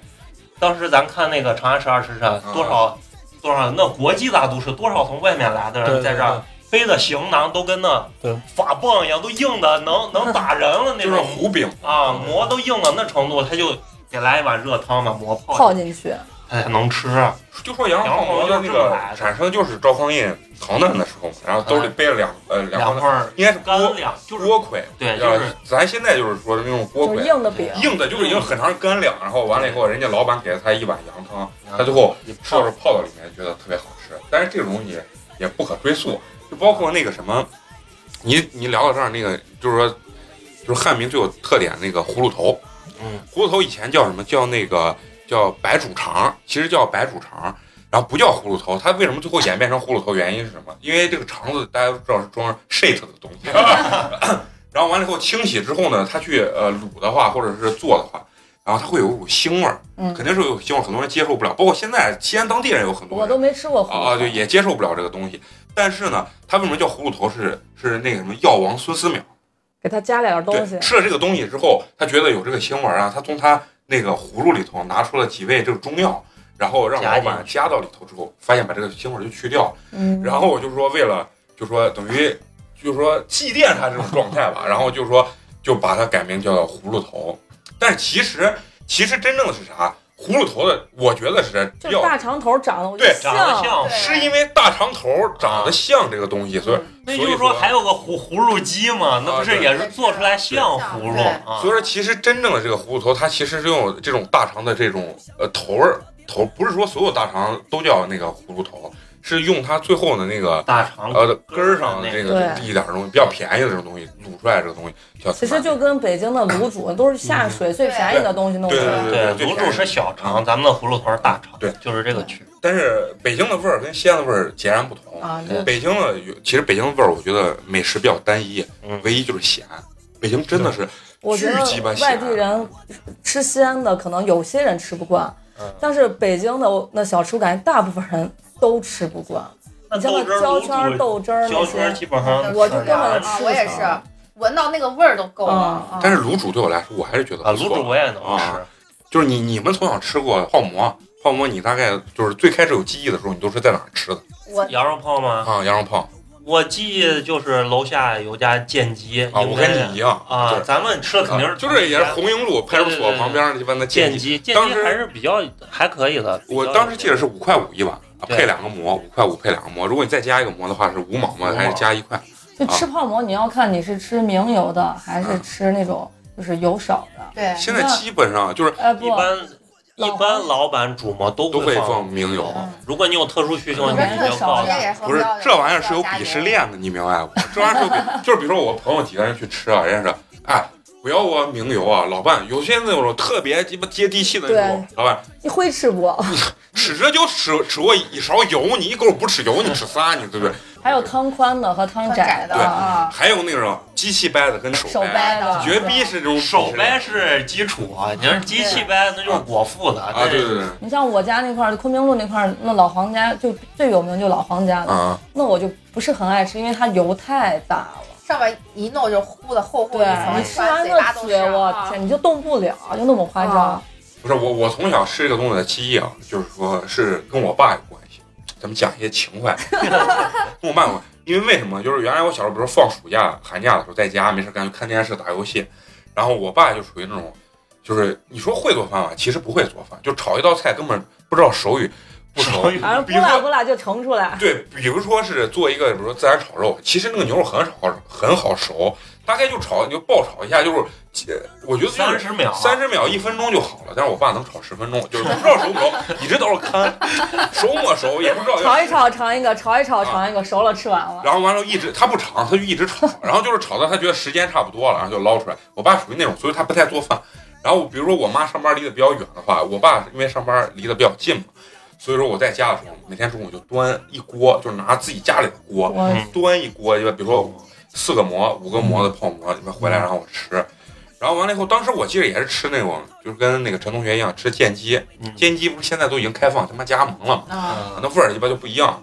[SPEAKER 5] 当时咱看那个《长安十二时辰》，
[SPEAKER 1] 嗯
[SPEAKER 5] 多少多少那国际大都市，多少从外面来的
[SPEAKER 6] 对
[SPEAKER 5] 人
[SPEAKER 6] 对
[SPEAKER 5] 嗯在这儿背的行囊都跟那
[SPEAKER 6] 对
[SPEAKER 5] 法棒一样，都硬的 能能打人了那
[SPEAKER 1] 就是
[SPEAKER 5] 种
[SPEAKER 1] 胡饼
[SPEAKER 5] 啊，馍都硬了那程度，他就得来一碗热汤把馍泡，
[SPEAKER 4] 泡进去，
[SPEAKER 5] 他才能吃。啊
[SPEAKER 1] 就说羊肉泡馍的那个产生就是赵匡胤逃难的时候嘛，然后兜里背了两呃
[SPEAKER 5] 嗯两
[SPEAKER 1] 两
[SPEAKER 5] 块
[SPEAKER 1] 块，
[SPEAKER 5] 儿
[SPEAKER 1] 应该是
[SPEAKER 5] 干
[SPEAKER 1] 锅
[SPEAKER 5] 粮，就是
[SPEAKER 1] 锅盔，
[SPEAKER 5] 对，就
[SPEAKER 1] 要
[SPEAKER 5] 是
[SPEAKER 1] 咱现在就是说的那种锅
[SPEAKER 4] 就是
[SPEAKER 1] 盔，
[SPEAKER 4] 硬的饼，
[SPEAKER 3] 嗯
[SPEAKER 1] 硬的就是已经很长干粮，然后完了以后，人家老板给了他一碗羊汤，他最后
[SPEAKER 5] 你
[SPEAKER 1] 吃到是泡到里面，觉得特别好吃。但是这种东西也不可追溯，就包括那个什么，你你聊到这儿，那个就是说，就是汉民最有特点那个葫芦头，
[SPEAKER 5] 嗯，
[SPEAKER 1] 葫芦头以前叫什么？叫那个叫白煮肠，其实叫白煮肠。然后不叫葫芦头，它为什么最后演变成葫芦头？原因是什么？因为这个肠子大家都知道是装 shit 的东 西，然后完了以后清洗之后呢，它去呃卤的话，或者是做的话，然后它会有一股腥味儿，
[SPEAKER 4] 嗯
[SPEAKER 1] 肯定是有腥味儿，很多人接受不了。包括现在西安当地人有很多
[SPEAKER 4] 我都
[SPEAKER 1] 人
[SPEAKER 4] 没吃过
[SPEAKER 1] 啊，啊就也接受不了这个东西。但是呢，它为什么叫葫芦头是？是那个什么药王孙思邈，
[SPEAKER 4] 给它加点东西
[SPEAKER 1] 对，，吃了这个东西之后，他觉得有这个腥味儿啊，他从他那个葫芦里头拿出了几味这个中药，然后让
[SPEAKER 5] 加
[SPEAKER 1] 老
[SPEAKER 5] 进去
[SPEAKER 1] 板加到里头之后，发现把这个腥味儿就去掉了。
[SPEAKER 4] 嗯，
[SPEAKER 1] 然后我就说为了就说等于就说祭奠他这种状态吧，然后就说就把它改名叫做葫芦头。但是其实其实真正的是啥？葫芦头的，我觉得是
[SPEAKER 4] 就是
[SPEAKER 1] 要
[SPEAKER 4] 大肠头长得我觉得
[SPEAKER 1] 对
[SPEAKER 5] 长得
[SPEAKER 4] 像，
[SPEAKER 5] 像
[SPEAKER 3] 对
[SPEAKER 1] 是因为大长头长得像这个东西，所以
[SPEAKER 5] 那就是说还有个葫葫芦鸡嘛，
[SPEAKER 1] 啊
[SPEAKER 5] 那不是也是做出来像葫芦啊？
[SPEAKER 1] 所以说其实真正的这个葫芦头，它其实是用这种大肠的这种呃头儿头，不是说所有大肠都叫那个葫芦头，是用它最后的那个
[SPEAKER 5] 大肠
[SPEAKER 1] 呃根儿上的这个
[SPEAKER 4] 对
[SPEAKER 1] 一点儿东西比较便宜的这种东西卤出来的这个东西叫
[SPEAKER 4] 其实就跟北京的卤煮都是下
[SPEAKER 3] 嗯
[SPEAKER 4] 水最便宜的东西弄出
[SPEAKER 1] 对对
[SPEAKER 4] 来
[SPEAKER 1] 对
[SPEAKER 4] 的，
[SPEAKER 1] 最
[SPEAKER 5] 对，卤
[SPEAKER 1] 便宜
[SPEAKER 5] 煮是小肠，咱们的葫芦头是大肠，
[SPEAKER 1] 对
[SPEAKER 5] 就是这个区别。
[SPEAKER 1] 但是北京的味儿跟西安的味儿截然不同。
[SPEAKER 4] 啊，对，
[SPEAKER 1] 北京的有，其实北京的味儿，我觉得美食比较单一，
[SPEAKER 5] 嗯
[SPEAKER 1] 唯一就是咸。北京真的是
[SPEAKER 4] 我觉
[SPEAKER 1] 巨鸡
[SPEAKER 4] 得
[SPEAKER 1] 巴咸
[SPEAKER 4] 外地人吃西安的，可能有些人吃不惯
[SPEAKER 5] 嗯，
[SPEAKER 4] 但是北京的那小吃，我感觉大部分人都吃不惯。
[SPEAKER 5] 那
[SPEAKER 4] 你像那
[SPEAKER 5] 豆汁
[SPEAKER 4] 焦
[SPEAKER 5] 儿卤
[SPEAKER 4] 圈儿、
[SPEAKER 5] 煮
[SPEAKER 4] 豆汁儿那
[SPEAKER 5] 胶圈
[SPEAKER 4] 些，
[SPEAKER 5] 基本上
[SPEAKER 4] 我就根本
[SPEAKER 3] 啊，我也是，闻到那个味儿都够了。啊
[SPEAKER 1] 但是卤煮对我来说，我还是觉得
[SPEAKER 5] 啊，
[SPEAKER 1] 不错
[SPEAKER 5] 卤煮我也能吃
[SPEAKER 1] 啊，就是你你们从小吃过泡馍，泡馍你大概就是最开始有记忆的时候，你都是在哪儿吃的
[SPEAKER 3] 我
[SPEAKER 5] 羊肉泡吗？
[SPEAKER 1] 啊？羊肉泡
[SPEAKER 5] 我记忆就是楼下有家建鸡
[SPEAKER 1] 啊，我跟你一样
[SPEAKER 5] 啊，
[SPEAKER 1] 就是
[SPEAKER 5] 咱们吃的肯定
[SPEAKER 1] 啊就是也是红缨路派出
[SPEAKER 5] 对对
[SPEAKER 1] 所
[SPEAKER 5] 对
[SPEAKER 1] 旁边那地方的
[SPEAKER 5] 建
[SPEAKER 1] 建记，
[SPEAKER 5] 鸡，建
[SPEAKER 1] 当
[SPEAKER 5] 鸡
[SPEAKER 1] 时
[SPEAKER 5] 还是比较还可以的。
[SPEAKER 1] 我当时记得是五块五一碗，啊
[SPEAKER 5] 对
[SPEAKER 1] 配两个馍，五块五配两个馍。如果你再加一个馍的话，是五毛嘛，
[SPEAKER 5] 五毛
[SPEAKER 1] 还是加一块？
[SPEAKER 4] 就吃泡馍，你要看你是吃明油的还是吃那种就是油少的。
[SPEAKER 3] 对
[SPEAKER 1] 现在基本上就是
[SPEAKER 4] 哎
[SPEAKER 5] 一
[SPEAKER 4] 不，
[SPEAKER 5] 般一般老板煮嘛都
[SPEAKER 1] 都会
[SPEAKER 5] 放
[SPEAKER 1] 放，明油。
[SPEAKER 3] 嗯
[SPEAKER 5] 如果你有特殊需求，
[SPEAKER 4] 嗯
[SPEAKER 5] 你
[SPEAKER 4] 人
[SPEAKER 5] 就
[SPEAKER 4] 很少
[SPEAKER 5] 告
[SPEAKER 4] 的
[SPEAKER 1] 不是这玩意儿是有鄙视。链的，你明白不？这玩意儿是有鄙，就是比如说我朋友几个人去吃啊，人家说，哎，不要我明油啊，老伴，有些那种特别鸡巴接地气的那种老板，
[SPEAKER 4] 你会吃不？
[SPEAKER 1] 吃这就吃吃过一勺油，你一口不吃油，你吃啥？你对不对？
[SPEAKER 4] 还有汤宽的和汤窄
[SPEAKER 3] 对
[SPEAKER 4] 啊，
[SPEAKER 1] 还有那种机器掰的跟手
[SPEAKER 4] 手
[SPEAKER 1] 掰，
[SPEAKER 4] 掰的，
[SPEAKER 1] 绝逼是这种
[SPEAKER 5] 手掰
[SPEAKER 1] 鄙
[SPEAKER 5] 是基础啊，你要是机器掰，那就是果腹的
[SPEAKER 1] 视链啊，对对对，
[SPEAKER 4] 你像我家那块儿，昆明路那块儿，那老黄家就最有名就老黄家的，
[SPEAKER 1] 啊，
[SPEAKER 4] 那我就不是很爱吃，因为它油太大了。
[SPEAKER 3] 上面一弄就糊的厚厚一层，
[SPEAKER 4] 对你吃完
[SPEAKER 3] 嘴巴
[SPEAKER 4] 那
[SPEAKER 3] 都是
[SPEAKER 4] 嘴，我天，你就动不了，就那么夸张
[SPEAKER 3] 啊。
[SPEAKER 1] 不是我我从小吃这个东西的记忆啊，就是说是跟我爸有关系，咱们讲一些情 怀。跟我爸过，因为为什么？就是原来我小时候，比如说放暑假、寒假的时候，在家没事干就看电视、打游戏，然后我爸就属于那种，就是你说会做饭吧，其实不会做饭，就炒一道菜根本不知道手语不熟。
[SPEAKER 4] 反正
[SPEAKER 1] 比
[SPEAKER 4] 不
[SPEAKER 1] 如说
[SPEAKER 4] 辣不辣就 盛出来，
[SPEAKER 1] 对，比如说是做一个，比如说孜然炒肉，其实那个牛肉很好很好熟，大概就炒，你就爆炒一下，就是呃我觉得
[SPEAKER 5] 三十秒啊，
[SPEAKER 1] 三十秒、一分钟就好了。但是我爸能炒十分钟，就是不知道熟不熟，一直都是看 熟没熟，也不知道要
[SPEAKER 4] 炒一炒尝一个，炒一炒尝一个，熟了吃完了。
[SPEAKER 1] 啊然后完了，一直他不炒，他就一直炒，然后就是炒到他觉得时间差不多了，然后就捞出来。我爸属于那种，所以他不太做饭。然后比如说我妈上班离得比较远的话，我爸因为上班离得比较近嘛，所以说我在家的时候，每天中午就端一锅，就是拿自己家里的锅
[SPEAKER 4] 我
[SPEAKER 5] 嗯
[SPEAKER 1] 端一锅，就比如说四个馍、五个馍的泡馍，你们回来然后我吃。然后完了以后，当时我记得也是吃那种，就是跟那个陈同学一样吃煎鸡，
[SPEAKER 5] 嗯
[SPEAKER 1] 煎鸡不是现在都已经开放他妈加盟了吗？
[SPEAKER 3] 啊，
[SPEAKER 1] 那味儿一般就不一样。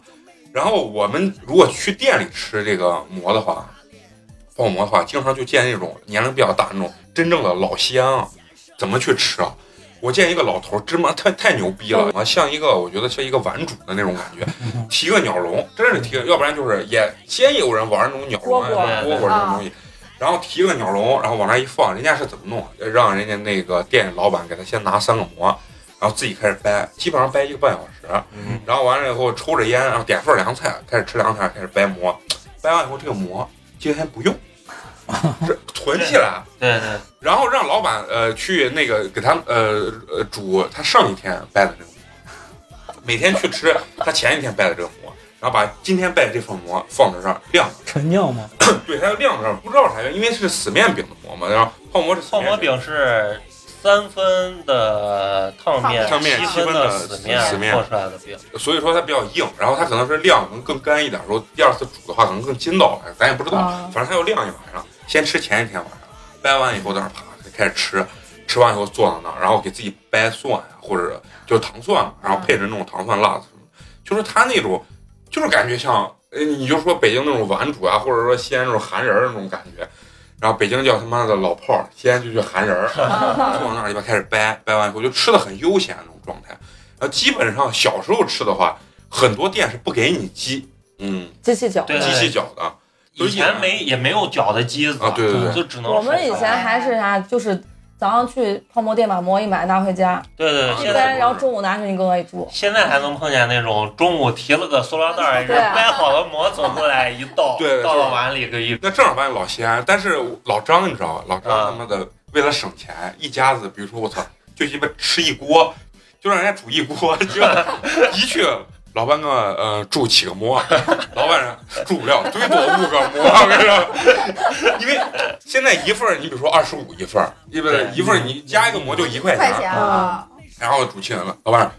[SPEAKER 1] 然后我们如果去店里吃这个馍的话，泡馍的话，经常就见那种年龄比较大那种真正的老西安啊，怎么去吃啊？我见一个老头儿，芝麻太太牛逼了啊，像一个我觉得像一个碗主的那种感觉，提个鸟笼，真是提个，要不然就是也先有人玩那种鸟笼啊，
[SPEAKER 4] 蝈蝈
[SPEAKER 1] 什么蝈蝈这种东西，然后提个鸟笼，然后往那一放，人家是怎么弄啊？让人家那个店里老板给他先拿三个馍，然后自己开始掰，基本上掰一个半小时，
[SPEAKER 5] 嗯
[SPEAKER 1] 然后完了以后抽着烟，然后点份儿凉菜，开始吃凉菜，开始掰馍。掰完以后，这个馍今天不用，这囤起来，
[SPEAKER 5] 对对，
[SPEAKER 1] 然后让老板呃去那个给他呃呃煮他上一天掰的这个馍，每天去吃他前一天掰的这个馍，然后把今天掰的这份馍放在这儿晾着，
[SPEAKER 6] 陈酿嘛，
[SPEAKER 1] 对，它要晾着，不知道啥原因，因为是死面饼的馍嘛，然后泡馍是死
[SPEAKER 5] 泡
[SPEAKER 1] 面
[SPEAKER 5] 馍饼是三分的烫面，
[SPEAKER 1] 烫面
[SPEAKER 5] 七分的死
[SPEAKER 1] 七分的死面
[SPEAKER 5] 和出来的饼。
[SPEAKER 1] 所以说它比较硬，然后它可能是晾能更干一点，然后第二次煮的话可能更筋道，咱也不知道，
[SPEAKER 4] 啊
[SPEAKER 1] 反正它要晾一晚上，先吃前一天晚上，掰完以后在那儿啪开始吃，吃完以后坐到那儿，然后给自己掰蒜啊，或者就是糖蒜，然后配着那种糖蒜辣子什么的，就是它那种，就是感觉像，呃你就说北京那种碗主啊，或者说西安那种韩人儿那种感觉。然后北京叫他妈的老炮儿，西安就叫韩人儿，
[SPEAKER 4] 啊
[SPEAKER 1] 坐那里边开始掰，掰完以后就吃的很悠闲那种状态。然后基本上小时候吃的话，很多店是不给你鸡，嗯，
[SPEAKER 4] 机器搅。
[SPEAKER 5] 对
[SPEAKER 1] 机器搅的
[SPEAKER 5] 以前没也没有搅的机子
[SPEAKER 1] 啊，对对对，
[SPEAKER 5] 就只能
[SPEAKER 4] 我们以
[SPEAKER 5] 手
[SPEAKER 4] 前
[SPEAKER 5] 擀
[SPEAKER 4] 还是啥，就是早上去泡馍店把馍一买拿回家，
[SPEAKER 5] 对对，
[SPEAKER 1] 啊
[SPEAKER 5] 对
[SPEAKER 4] 一
[SPEAKER 5] 现
[SPEAKER 1] 对
[SPEAKER 5] 在
[SPEAKER 4] 掰，然后中午拿去你哥哥一煮。
[SPEAKER 5] 现在还能碰见那种中午提了个塑料袋儿，人
[SPEAKER 4] 对啊
[SPEAKER 5] 掰好了馍走过来一倒
[SPEAKER 1] 对，
[SPEAKER 5] 倒
[SPEAKER 1] 就是
[SPEAKER 5] 到碗里个一
[SPEAKER 1] 那正儿八经老西安，但是老张你知道吧？老张
[SPEAKER 5] 啊
[SPEAKER 1] 他妈的为了省钱，一家子，比如说我操，就鸡巴吃一锅，就让人家煮一锅，就一去。老板给我呃煮几个馍，老板说煮不了，最多五个馍。我跟你说，因为现在一份儿你比如说二十五一份儿，一份
[SPEAKER 5] 对嗯
[SPEAKER 1] 一份儿你加一个馍就一块
[SPEAKER 3] 快
[SPEAKER 1] 钱，
[SPEAKER 3] 钱啊，
[SPEAKER 1] 然后主持人了，老板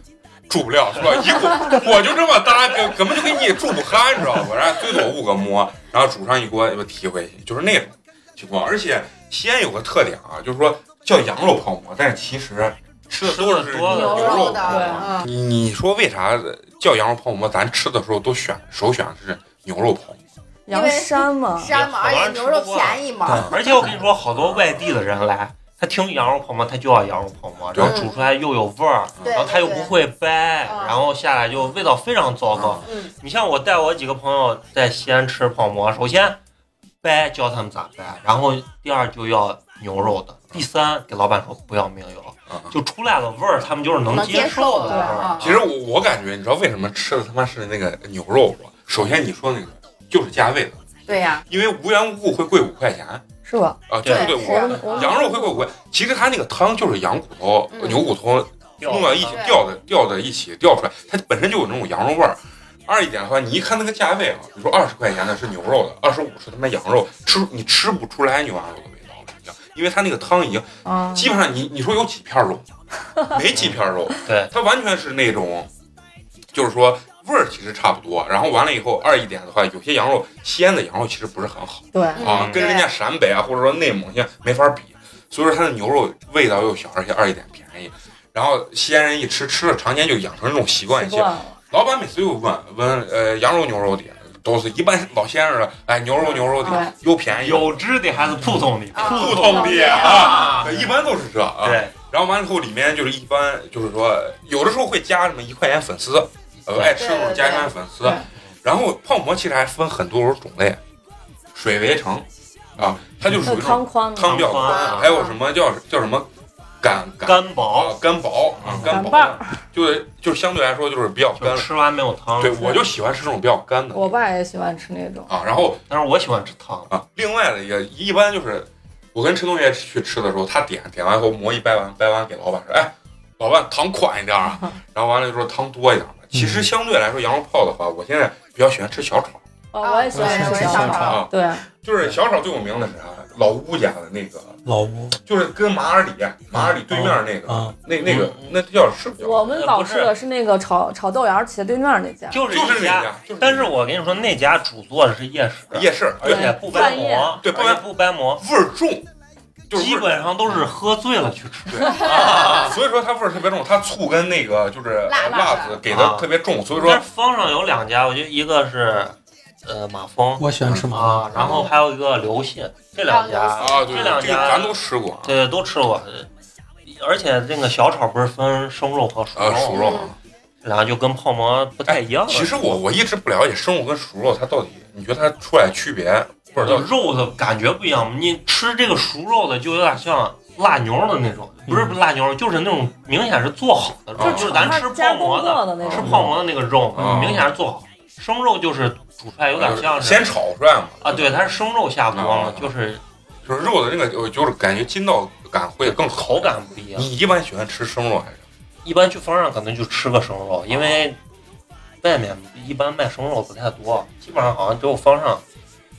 [SPEAKER 1] 住不了是吧？一锅 我就这么搭，根根本就给你住不憨，你知道吧？然后最多五个馍，然后煮上一锅就提回去，就是那种情况。而且西安有个特点啊，就是说叫羊肉泡馍，但是其实吃的都是
[SPEAKER 5] 吃的多
[SPEAKER 1] 牛
[SPEAKER 5] 了
[SPEAKER 3] 牛肉
[SPEAKER 1] 肉
[SPEAKER 3] 的，
[SPEAKER 1] 泡馍。
[SPEAKER 3] 嗯，
[SPEAKER 1] 你你说为啥叫羊肉泡馍？咱吃的时候都选首选是牛肉泡馍。
[SPEAKER 4] 羊 山嘛，
[SPEAKER 3] 山嘛，而且牛肉便宜嘛，
[SPEAKER 5] 而且我跟你说，好多外地的人来，他听羊肉泡馍，他就要羊肉泡馍，
[SPEAKER 1] 对
[SPEAKER 5] 然后煮出来又有味儿，
[SPEAKER 3] 对，
[SPEAKER 5] 然后他又
[SPEAKER 3] 对
[SPEAKER 5] 不，会掰，
[SPEAKER 3] 嗯
[SPEAKER 5] 然后下来就味道非常糟
[SPEAKER 1] 啊
[SPEAKER 5] 糕。
[SPEAKER 3] 嗯，
[SPEAKER 5] 你像我带我几个朋友在西安吃泡馍，首先掰教他们咋掰，然后第二就要牛肉的，第三给老板说不要明油，
[SPEAKER 1] 嗯
[SPEAKER 5] 就出来了味儿，他们就是能
[SPEAKER 3] 能
[SPEAKER 5] 接
[SPEAKER 3] 接
[SPEAKER 5] 受
[SPEAKER 3] 受
[SPEAKER 5] 的
[SPEAKER 3] 的
[SPEAKER 5] 味儿
[SPEAKER 3] 啊。
[SPEAKER 1] 其实我我感觉，你知道为什么吃的他妈是那个牛肉不？首先你说那个就是价位的，
[SPEAKER 3] 对呀，
[SPEAKER 1] 因为无缘无故会贵五块钱啊，
[SPEAKER 4] 是吧？
[SPEAKER 1] 就是
[SPEAKER 3] 对
[SPEAKER 1] 对五
[SPEAKER 3] 是啊
[SPEAKER 1] 块钱。
[SPEAKER 4] 我我
[SPEAKER 1] 羊肉会不会？其实它那个汤就是羊骨头、
[SPEAKER 3] 嗯
[SPEAKER 1] 牛骨头
[SPEAKER 5] 掉
[SPEAKER 1] 弄到一起
[SPEAKER 3] 对
[SPEAKER 1] 吊的吊在一起吊出来，它本身就有那种羊肉味儿。二一点的话，你一看那个价位啊，比如说二十块钱的是牛肉的，二十五是他妈羊肉，吃你吃不出来牛羊肉的味道了，已经，因为它那个汤已经
[SPEAKER 3] 嗯
[SPEAKER 4] 啊，
[SPEAKER 1] 基本上你你说有几片 肉，没几片肉，
[SPEAKER 5] 对，
[SPEAKER 1] 它完全是那种，就是说味儿其实差不多。然后完了以后，二一点的话，有些羊肉西安的羊肉其实不是很好。
[SPEAKER 4] 对，
[SPEAKER 3] 嗯
[SPEAKER 1] 啊，跟人家
[SPEAKER 3] 对
[SPEAKER 1] 陕北啊，或者说内蒙现在没法比，所以说它的牛肉味道又小，而且二一点便宜。然后西安人一吃，吃了常年就养成这种习惯
[SPEAKER 4] 习
[SPEAKER 1] 性。
[SPEAKER 4] 惯了。
[SPEAKER 1] 老板每次又问问，呃，羊肉牛肉的都是一般老先生的，哎，牛肉牛肉的又便宜
[SPEAKER 5] 有汁的还是普通的，
[SPEAKER 3] 啊
[SPEAKER 1] 普通
[SPEAKER 3] 普通
[SPEAKER 1] 的
[SPEAKER 3] 的
[SPEAKER 1] 啊，一般都是这啊。
[SPEAKER 5] 对，
[SPEAKER 1] 然后完了以后，里面就是一般就是说，有的时候会加什么一块钱粉丝，呃，
[SPEAKER 5] 对
[SPEAKER 1] 爱吃那种加一块钱粉丝
[SPEAKER 4] 对对对。
[SPEAKER 1] 然后泡馍其实还分很多种类，水围城啊，它就属于那种
[SPEAKER 4] 那汤宽的，
[SPEAKER 1] 汤比较宽，还有什么叫叫什么干干
[SPEAKER 5] 干
[SPEAKER 1] 啊
[SPEAKER 5] 薄，
[SPEAKER 1] 干薄啊干薄
[SPEAKER 4] 干棒
[SPEAKER 1] 的，就是就是相对来说就是比较
[SPEAKER 5] 就
[SPEAKER 1] 干。
[SPEAKER 5] 吃完没有汤。
[SPEAKER 1] 对，我就喜欢吃这种比较干的
[SPEAKER 4] 我爸也喜欢吃那种，
[SPEAKER 1] 啊。然后
[SPEAKER 5] 但是我喜欢吃汤。
[SPEAKER 1] 啊，另外的也一般就是，我跟陈同学去吃的时候，他点点完以后馍一掰完，掰完给老板说，哎，老板汤宽一点 啊，然后完了之后汤多一点吧。啊其实相对来说，羊肉泡的话，我现在比较喜欢吃小炒
[SPEAKER 4] 哦，我也喜欢
[SPEAKER 3] 啊对
[SPEAKER 4] 吃
[SPEAKER 3] 我也
[SPEAKER 4] 小
[SPEAKER 3] 想
[SPEAKER 4] 炒。
[SPEAKER 3] 炒
[SPEAKER 1] 啊，
[SPEAKER 4] 对，
[SPEAKER 1] 就是小炒最有名的是啥？老乌家的那个，
[SPEAKER 6] 老吴
[SPEAKER 1] 就是跟马尔里马尔里对面那个，
[SPEAKER 6] 啊，
[SPEAKER 1] 那那个
[SPEAKER 5] 嗯
[SPEAKER 1] 那叫呃是不叫？
[SPEAKER 4] 我们老吃的是那个炒炒豆芽儿斜对面那家，
[SPEAKER 5] 就是
[SPEAKER 1] 就是
[SPEAKER 5] 一
[SPEAKER 1] 那家，就是那家
[SPEAKER 5] 但是我跟你说，那家主做的是夜市，
[SPEAKER 1] 夜市，而
[SPEAKER 5] 而
[SPEAKER 1] 且
[SPEAKER 5] 且不掰
[SPEAKER 4] 半夜
[SPEAKER 5] 馍，
[SPEAKER 1] 对不掰
[SPEAKER 5] 而且不掰馍，
[SPEAKER 1] 味儿重，就是味
[SPEAKER 5] 基
[SPEAKER 1] 儿
[SPEAKER 5] 本上都是喝醉了去吃。
[SPEAKER 1] 对，所以说它味儿特别重，它醋跟那个就是呃
[SPEAKER 3] 辣辣
[SPEAKER 1] 辣
[SPEAKER 3] 的
[SPEAKER 1] 子给的特别重，所以说
[SPEAKER 5] 啊但是方上有两家，我觉得一个是呃马蜂
[SPEAKER 6] 我喜欢吃麻
[SPEAKER 5] 啊，然后还有一个刘信，这两
[SPEAKER 3] 啊
[SPEAKER 5] 家
[SPEAKER 1] 啊，对，
[SPEAKER 5] 这两
[SPEAKER 1] 这个
[SPEAKER 5] 家
[SPEAKER 1] 咱都吃过啊
[SPEAKER 5] 对都吃过。而且这个小炒不是分生肉和熟
[SPEAKER 1] 啊，
[SPEAKER 5] 肉
[SPEAKER 1] 熟
[SPEAKER 5] 吗，
[SPEAKER 1] 肉啊。
[SPEAKER 5] 这俩就跟泡馍不太一样了。
[SPEAKER 1] 其实我我一直不了解生肉跟熟肉它到底，你觉得它出来区别或者叫
[SPEAKER 5] 就肉的感觉不一样，你吃这个熟肉的就有点像辣牛的那种，不
[SPEAKER 1] 嗯
[SPEAKER 5] 是不是辣牛，就是那种明显是做好的肉，
[SPEAKER 1] 就
[SPEAKER 5] 就是咱吃
[SPEAKER 4] 加
[SPEAKER 5] 泡
[SPEAKER 4] 工
[SPEAKER 5] 馍
[SPEAKER 4] 过
[SPEAKER 5] 的，啊
[SPEAKER 4] 的那
[SPEAKER 5] 吃
[SPEAKER 4] 种，
[SPEAKER 5] 泡馍的那个肉
[SPEAKER 1] 嗯，呃
[SPEAKER 5] 明显是做好。生肉就是煮出来有点像是
[SPEAKER 1] 先炒出来嘛
[SPEAKER 5] 啊，对，它是生肉下锅嘛
[SPEAKER 1] 嗯，
[SPEAKER 5] 就是
[SPEAKER 1] 就是肉的那个，就是感觉筋道感会更好
[SPEAKER 5] 口。感不一样。
[SPEAKER 1] 你一般喜欢吃生肉还是？
[SPEAKER 5] 一般去方上可能就吃个生
[SPEAKER 1] 啊
[SPEAKER 5] 肉，因为外面一般卖生肉不太多，基本上好像只有方上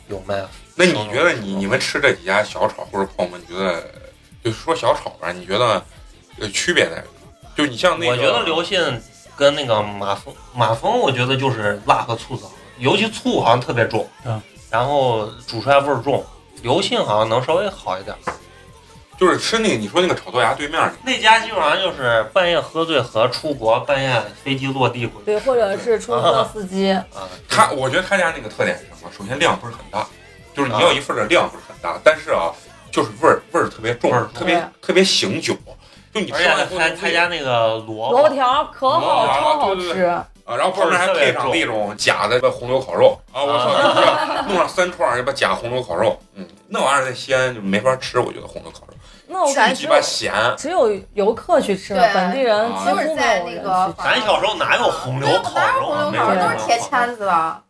[SPEAKER 5] 有卖。嗯
[SPEAKER 1] 那你觉得你你们吃这几家小炒或者泡馍，你觉得就是说小炒吧，你觉得呃区别在哪？就你像那个，
[SPEAKER 5] 我觉得刘信跟那个马蜂，马蜂我觉得就是辣和醋早，尤其醋好像特别重，
[SPEAKER 6] 嗯，
[SPEAKER 5] 然后煮出来味儿重。刘信好像能稍微好一点，
[SPEAKER 1] 就是吃那个你说那个炒豆芽对面那个
[SPEAKER 5] 那家基本上就是半夜喝醉和出国，半夜飞机落地回去
[SPEAKER 4] 对，或者是出租车司机，
[SPEAKER 5] 啊。
[SPEAKER 1] 他我觉得他家那个特点是什么？首先量不是很大，就是你
[SPEAKER 5] 啊
[SPEAKER 1] 要一份儿的量不是很大，但是啊，就是味儿味儿特别重
[SPEAKER 5] 味儿，
[SPEAKER 1] 特别
[SPEAKER 4] 对
[SPEAKER 1] 特别醒酒。就你吃
[SPEAKER 5] 而且
[SPEAKER 1] 完以
[SPEAKER 5] 他
[SPEAKER 1] 后
[SPEAKER 5] 他他家那个萝
[SPEAKER 4] 萝卜
[SPEAKER 5] 卜，
[SPEAKER 4] 条儿可好，
[SPEAKER 1] 啊
[SPEAKER 4] 超好
[SPEAKER 1] 对对
[SPEAKER 4] 吃。
[SPEAKER 1] 啊，然后旁边还配上那种假的红油烤肉啊，我操，就是弄上三串儿一把假红油烤肉，嗯，那玩意儿在西安就没法吃，我觉得红油烤肉
[SPEAKER 4] 那我感
[SPEAKER 1] 巨
[SPEAKER 4] 觉
[SPEAKER 1] 鸡
[SPEAKER 4] 只
[SPEAKER 1] 巴
[SPEAKER 4] 有
[SPEAKER 1] 咸，
[SPEAKER 4] 只有游客去吃
[SPEAKER 3] 对，
[SPEAKER 4] 本地人
[SPEAKER 1] 啊
[SPEAKER 4] 几乎没有
[SPEAKER 3] 就是在那
[SPEAKER 4] 人
[SPEAKER 3] 个
[SPEAKER 4] 去吃。
[SPEAKER 5] 咱小时候哪有红
[SPEAKER 3] 对
[SPEAKER 5] 柳
[SPEAKER 3] 我
[SPEAKER 5] 烤
[SPEAKER 3] 哪有
[SPEAKER 5] 肉啊？
[SPEAKER 3] 红
[SPEAKER 5] 没
[SPEAKER 3] 柳烤
[SPEAKER 5] 有
[SPEAKER 3] 肉
[SPEAKER 5] 人
[SPEAKER 3] 都是铁
[SPEAKER 5] 烤
[SPEAKER 3] 签子啊了。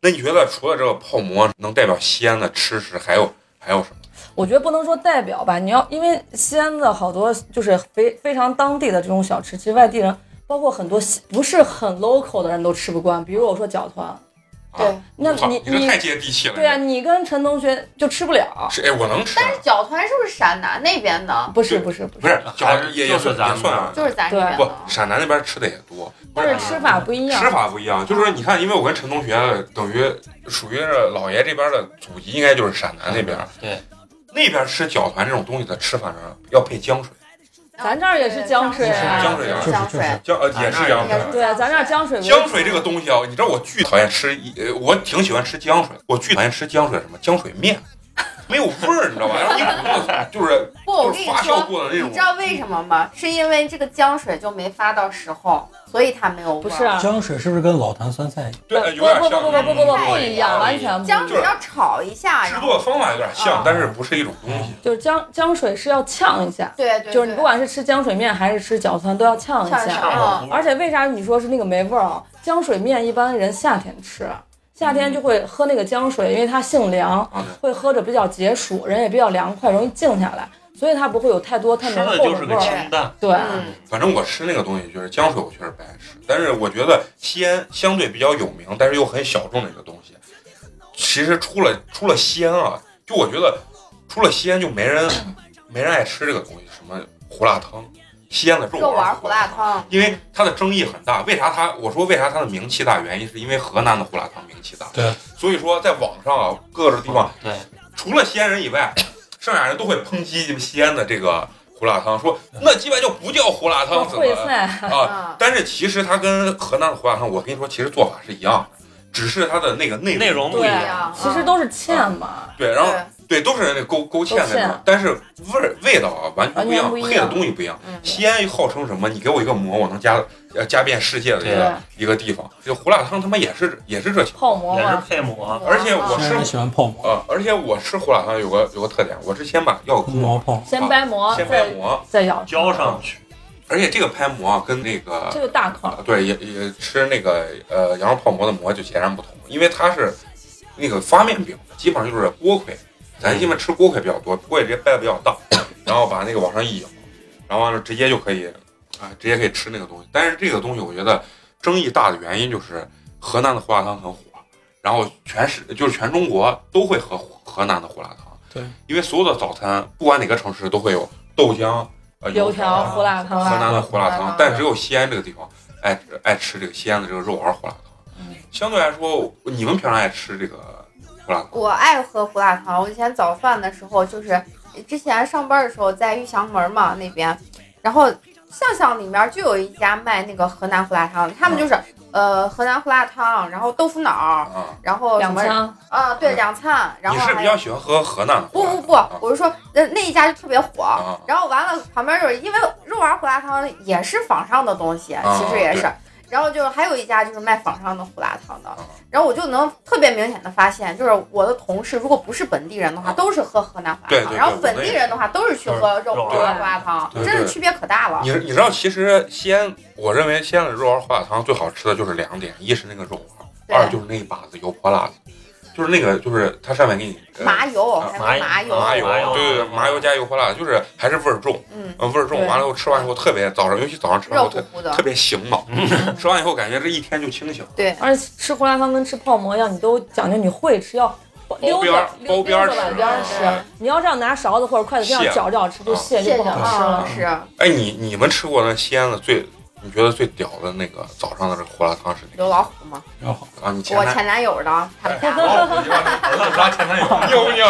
[SPEAKER 1] 那你觉得除了这个泡馍能代表西安的吃食，还有还有什么？
[SPEAKER 4] 我觉得不能说代表吧，你要因为西安的好多就是非非常当地的这种小吃，其实外地人包括很多西不是很 local 的人都吃不惯。比如我说饺团，
[SPEAKER 1] 啊
[SPEAKER 3] 对，
[SPEAKER 4] 那
[SPEAKER 1] 我操
[SPEAKER 4] 你
[SPEAKER 1] 你这太接地气了，
[SPEAKER 4] 对啊，你跟陈同学就吃不了。
[SPEAKER 1] 是哎，我能吃，
[SPEAKER 3] 但是饺团是不是陕南那边的？
[SPEAKER 4] 不是不是不
[SPEAKER 1] 不是，
[SPEAKER 5] 还
[SPEAKER 1] 饺
[SPEAKER 5] 是
[SPEAKER 1] 子也
[SPEAKER 5] 就
[SPEAKER 1] 也
[SPEAKER 5] 是
[SPEAKER 1] 算
[SPEAKER 5] 咱
[SPEAKER 1] 也
[SPEAKER 5] 们
[SPEAKER 1] 算
[SPEAKER 5] 那儿
[SPEAKER 1] 啊
[SPEAKER 3] 就是咱这边
[SPEAKER 1] 不
[SPEAKER 3] 的。，
[SPEAKER 1] 陕南那边吃的也多，
[SPEAKER 4] 但是吃法不一样。
[SPEAKER 1] 吃法不一样，就是说，你看，因为我跟陈同学等于属于是老爷这边的祖籍，应该就是陕南那边。
[SPEAKER 5] 对，
[SPEAKER 1] 那边吃饺团这种东西的吃法上要配浆水，
[SPEAKER 4] 咱这儿也是江水啊
[SPEAKER 1] 江水啊
[SPEAKER 6] 就是
[SPEAKER 3] 江
[SPEAKER 6] 就是
[SPEAKER 3] 水。
[SPEAKER 1] 浆呃也是浆
[SPEAKER 3] 也是
[SPEAKER 1] 水。
[SPEAKER 4] 对，啊咱这儿江 水为
[SPEAKER 1] 浆水这个东西啊，你知道我巨讨厌吃一，呃我挺喜欢吃浆水，我巨讨厌吃浆水什么浆水面，没有味儿，你知道吧？然后一股那种就是
[SPEAKER 3] 不，我
[SPEAKER 1] 就
[SPEAKER 3] 跟
[SPEAKER 1] 是
[SPEAKER 3] 你
[SPEAKER 1] 发酵
[SPEAKER 3] 说，
[SPEAKER 1] 过的那
[SPEAKER 3] 哦你
[SPEAKER 1] 种
[SPEAKER 3] 知，道为什么吗？是因为这个江水就没发到时候，所以它没有味儿。
[SPEAKER 4] 不是啊
[SPEAKER 6] 江水是不是跟老坛酸菜
[SPEAKER 1] 对，呃有点
[SPEAKER 4] 不
[SPEAKER 1] 像
[SPEAKER 4] 不不不不不不不一样，
[SPEAKER 5] 不
[SPEAKER 4] 完
[SPEAKER 5] 一
[SPEAKER 4] 全
[SPEAKER 5] 样
[SPEAKER 4] 不一
[SPEAKER 3] 江
[SPEAKER 4] 样。
[SPEAKER 3] 水要炒一下，
[SPEAKER 1] 制
[SPEAKER 3] 然后
[SPEAKER 1] 作方法有点
[SPEAKER 3] 啊
[SPEAKER 1] 像，但是不是一种东西。
[SPEAKER 4] 就是江江水是要呛一下，
[SPEAKER 3] 对对，
[SPEAKER 4] 就是你
[SPEAKER 3] 对
[SPEAKER 4] 不管是吃江水面还是吃饺团，都要呛一
[SPEAKER 3] 呛一
[SPEAKER 4] 下
[SPEAKER 3] 下。
[SPEAKER 5] 嗯
[SPEAKER 4] 而且为啥你说是那个没味儿啊？江水面一般人夏天吃，夏天就会喝那个江水，因为它性凉，
[SPEAKER 1] 啊，
[SPEAKER 4] 会喝着比较解暑，人也比较凉快，容易静下来，所以它不会有太多太
[SPEAKER 5] 吃
[SPEAKER 4] 浓
[SPEAKER 5] 的
[SPEAKER 4] 厚
[SPEAKER 5] 就是
[SPEAKER 4] 的
[SPEAKER 5] 个
[SPEAKER 4] 味儿。
[SPEAKER 5] 清淡。
[SPEAKER 4] 对，
[SPEAKER 3] 嗯，
[SPEAKER 1] 反正我吃那个东西就是浆水，我确实不爱吃。但是我觉得西安相对比较有名，但是又很小众的一个东西，其实出了出了西安啊，就我觉得出了西安就没人没人爱吃这个东西，什么胡辣汤，西安的肉
[SPEAKER 3] 肉
[SPEAKER 1] 丸
[SPEAKER 3] 丸胡辣，汤，
[SPEAKER 1] 因为它的争议很大。为啥它我说为啥它的名气大？原因是因为河南的胡辣汤名气大。
[SPEAKER 6] 对，
[SPEAKER 1] 所以说在网上啊，各个地方
[SPEAKER 5] 对，
[SPEAKER 1] 除了西安人以外，剩下人都会抨击你们西安的这个胡辣汤，说那鸡巴就不叫胡辣汤，怎么
[SPEAKER 4] 烩菜，
[SPEAKER 1] 啊？
[SPEAKER 3] 嗯，
[SPEAKER 1] 但是其实它跟河南的胡辣汤，我跟你说，其实做法是一样的，只是它的那个内
[SPEAKER 5] 内容不
[SPEAKER 1] 不一
[SPEAKER 5] 一
[SPEAKER 1] 样。
[SPEAKER 5] 样
[SPEAKER 4] 嗯
[SPEAKER 3] 对啊
[SPEAKER 4] 其实都是芡嘛。
[SPEAKER 1] 对，然后
[SPEAKER 3] 对
[SPEAKER 1] 对，都是那勾勾芡
[SPEAKER 4] 勾
[SPEAKER 1] 那
[SPEAKER 4] 芡
[SPEAKER 1] 种，但是味儿味道啊完全不一样，
[SPEAKER 4] 完全不一
[SPEAKER 1] 配的
[SPEAKER 4] 样
[SPEAKER 1] 东西不一样。
[SPEAKER 3] 嗯，
[SPEAKER 1] 西安又号称什么？你给我一个馍，我能加呃加遍世界的一
[SPEAKER 5] 对
[SPEAKER 1] 个一个地方。就胡辣汤他妈也是也是这情况
[SPEAKER 4] 泡馍
[SPEAKER 5] 也是
[SPEAKER 4] 嘛，
[SPEAKER 5] 配
[SPEAKER 3] 嗯
[SPEAKER 5] 馍，
[SPEAKER 1] 啊而且我
[SPEAKER 6] 西安人喜欢泡馍，
[SPEAKER 1] 啊！而且我吃胡辣汤有个有个特点，我是先把药
[SPEAKER 6] 红
[SPEAKER 1] 给
[SPEAKER 6] 毛
[SPEAKER 1] 我
[SPEAKER 6] 泡。
[SPEAKER 4] 先掰馍，
[SPEAKER 1] 先拍
[SPEAKER 4] 再
[SPEAKER 1] 馍，
[SPEAKER 4] 再咬，
[SPEAKER 5] 浇上去，
[SPEAKER 1] 而且这个拍馍啊跟那个
[SPEAKER 4] 这个大口，
[SPEAKER 1] 对，也也吃那个呃羊肉泡馍的馍就截然不同，因为它是那个发面饼，基本上就是锅盔，咱一般吃锅盔比较多，锅盔直接掰的比较大，然后把那个往上一咬，然后完了直接就可以啊、直接可以吃那个东西。但是这个东西我觉得争议大的原因就是河南的胡辣汤很火，然后全是就是全中国都会喝河南的胡辣汤，
[SPEAKER 6] 对，
[SPEAKER 1] 因为所有的早餐不管哪个城市都会有豆浆、呃、
[SPEAKER 4] 油条、
[SPEAKER 1] 条
[SPEAKER 4] 胡辣汤
[SPEAKER 1] 河南
[SPEAKER 4] 啊，
[SPEAKER 1] 的胡辣
[SPEAKER 3] 胡辣
[SPEAKER 1] 汤
[SPEAKER 3] 汤，
[SPEAKER 1] 但只有西安这个地方爱吃爱吃这个西安的这个肉丸胡辣汤
[SPEAKER 4] 嗯。
[SPEAKER 1] 相对来说，你们平常爱吃这个胡辣汤，
[SPEAKER 3] 我爱喝胡辣汤。我以前早饭的时候，就是之前上班的时候在玉祥门嘛那边，然后巷巷里面就有一家卖那个河南胡辣汤，他们就是、呃河南胡辣汤，然后豆腐脑，
[SPEAKER 1] 啊，
[SPEAKER 3] 然后什
[SPEAKER 4] 两
[SPEAKER 3] 么
[SPEAKER 4] 枪，
[SPEAKER 3] 啊对两餐，然
[SPEAKER 1] 你
[SPEAKER 3] 后
[SPEAKER 1] 是
[SPEAKER 3] 还
[SPEAKER 1] 比
[SPEAKER 3] 有
[SPEAKER 1] 较喜欢喝河南的胡
[SPEAKER 3] 不
[SPEAKER 1] 辣
[SPEAKER 3] 不
[SPEAKER 1] 汤？
[SPEAKER 3] 不，我是说那那一家就特别火，
[SPEAKER 1] 啊
[SPEAKER 3] 然后完了旁边就是因为肉丸胡辣汤也是仿上的东西，
[SPEAKER 1] 啊
[SPEAKER 3] 其实也是
[SPEAKER 1] 对。
[SPEAKER 3] 然后就是还有一家就是卖仿上的胡辣汤的
[SPEAKER 1] 啊，
[SPEAKER 3] 然后我就能特别明显的发现，就是我的同事如果不是本地人的话，
[SPEAKER 1] 啊
[SPEAKER 3] 都是喝河南胡
[SPEAKER 1] 对
[SPEAKER 3] 辣
[SPEAKER 1] 对
[SPEAKER 3] 汤，
[SPEAKER 1] 对
[SPEAKER 3] 然后本地人的话都是去喝肉
[SPEAKER 5] 都是
[SPEAKER 3] 肉丸胡辣汤，
[SPEAKER 1] 对
[SPEAKER 3] 真
[SPEAKER 1] 对
[SPEAKER 3] 是区别可大了
[SPEAKER 1] 啊你。你知道，其实西安，我认为西安的肉丸胡辣汤最好吃的就是两点：一是那个肉
[SPEAKER 3] 对
[SPEAKER 1] 丸，二就是那一把子油泼辣子，就是那个就是它上面给你呃
[SPEAKER 3] 麻油
[SPEAKER 1] 啊
[SPEAKER 3] 还
[SPEAKER 5] 麻
[SPEAKER 3] 有麻油，
[SPEAKER 1] 麻
[SPEAKER 5] 麻油
[SPEAKER 1] 对对对，麻油加油泼辣子，就是还是味儿重，
[SPEAKER 3] 嗯，
[SPEAKER 1] 嗯，味儿重。
[SPEAKER 4] 对
[SPEAKER 1] 完了以后吃完以后特别早上，尤其早上吃完以后
[SPEAKER 3] 热乎
[SPEAKER 1] 特
[SPEAKER 3] 乎的
[SPEAKER 1] 特，别 醒脑，吃完以后感觉这一天就清醒了。
[SPEAKER 3] 对，
[SPEAKER 4] 而且吃胡辣汤跟吃泡馍一样，你都讲究你会吃，要溜
[SPEAKER 1] 边儿
[SPEAKER 4] 着
[SPEAKER 1] 包
[SPEAKER 4] 溜
[SPEAKER 1] 边儿
[SPEAKER 4] 着碗
[SPEAKER 1] 吃
[SPEAKER 4] 边儿
[SPEAKER 3] 对
[SPEAKER 4] 吃，啊你要这样拿勺子或者筷子这
[SPEAKER 1] 蟹
[SPEAKER 4] 样搅着吃，就
[SPEAKER 1] 啊
[SPEAKER 4] 蟹
[SPEAKER 3] 谢
[SPEAKER 4] 就
[SPEAKER 3] 谢
[SPEAKER 4] 不好吃了
[SPEAKER 3] 啊，。是
[SPEAKER 1] 哎，你你们吃过那西安的最，你觉得最屌的那个早上的这个胡辣汤是哪
[SPEAKER 3] 刘老虎嘛，
[SPEAKER 6] 然后
[SPEAKER 1] 个啊？你前
[SPEAKER 3] 我
[SPEAKER 1] 男
[SPEAKER 3] 前男友的，他们家的。
[SPEAKER 5] 我就把这儿子抓前 男友，
[SPEAKER 1] 牛不牛？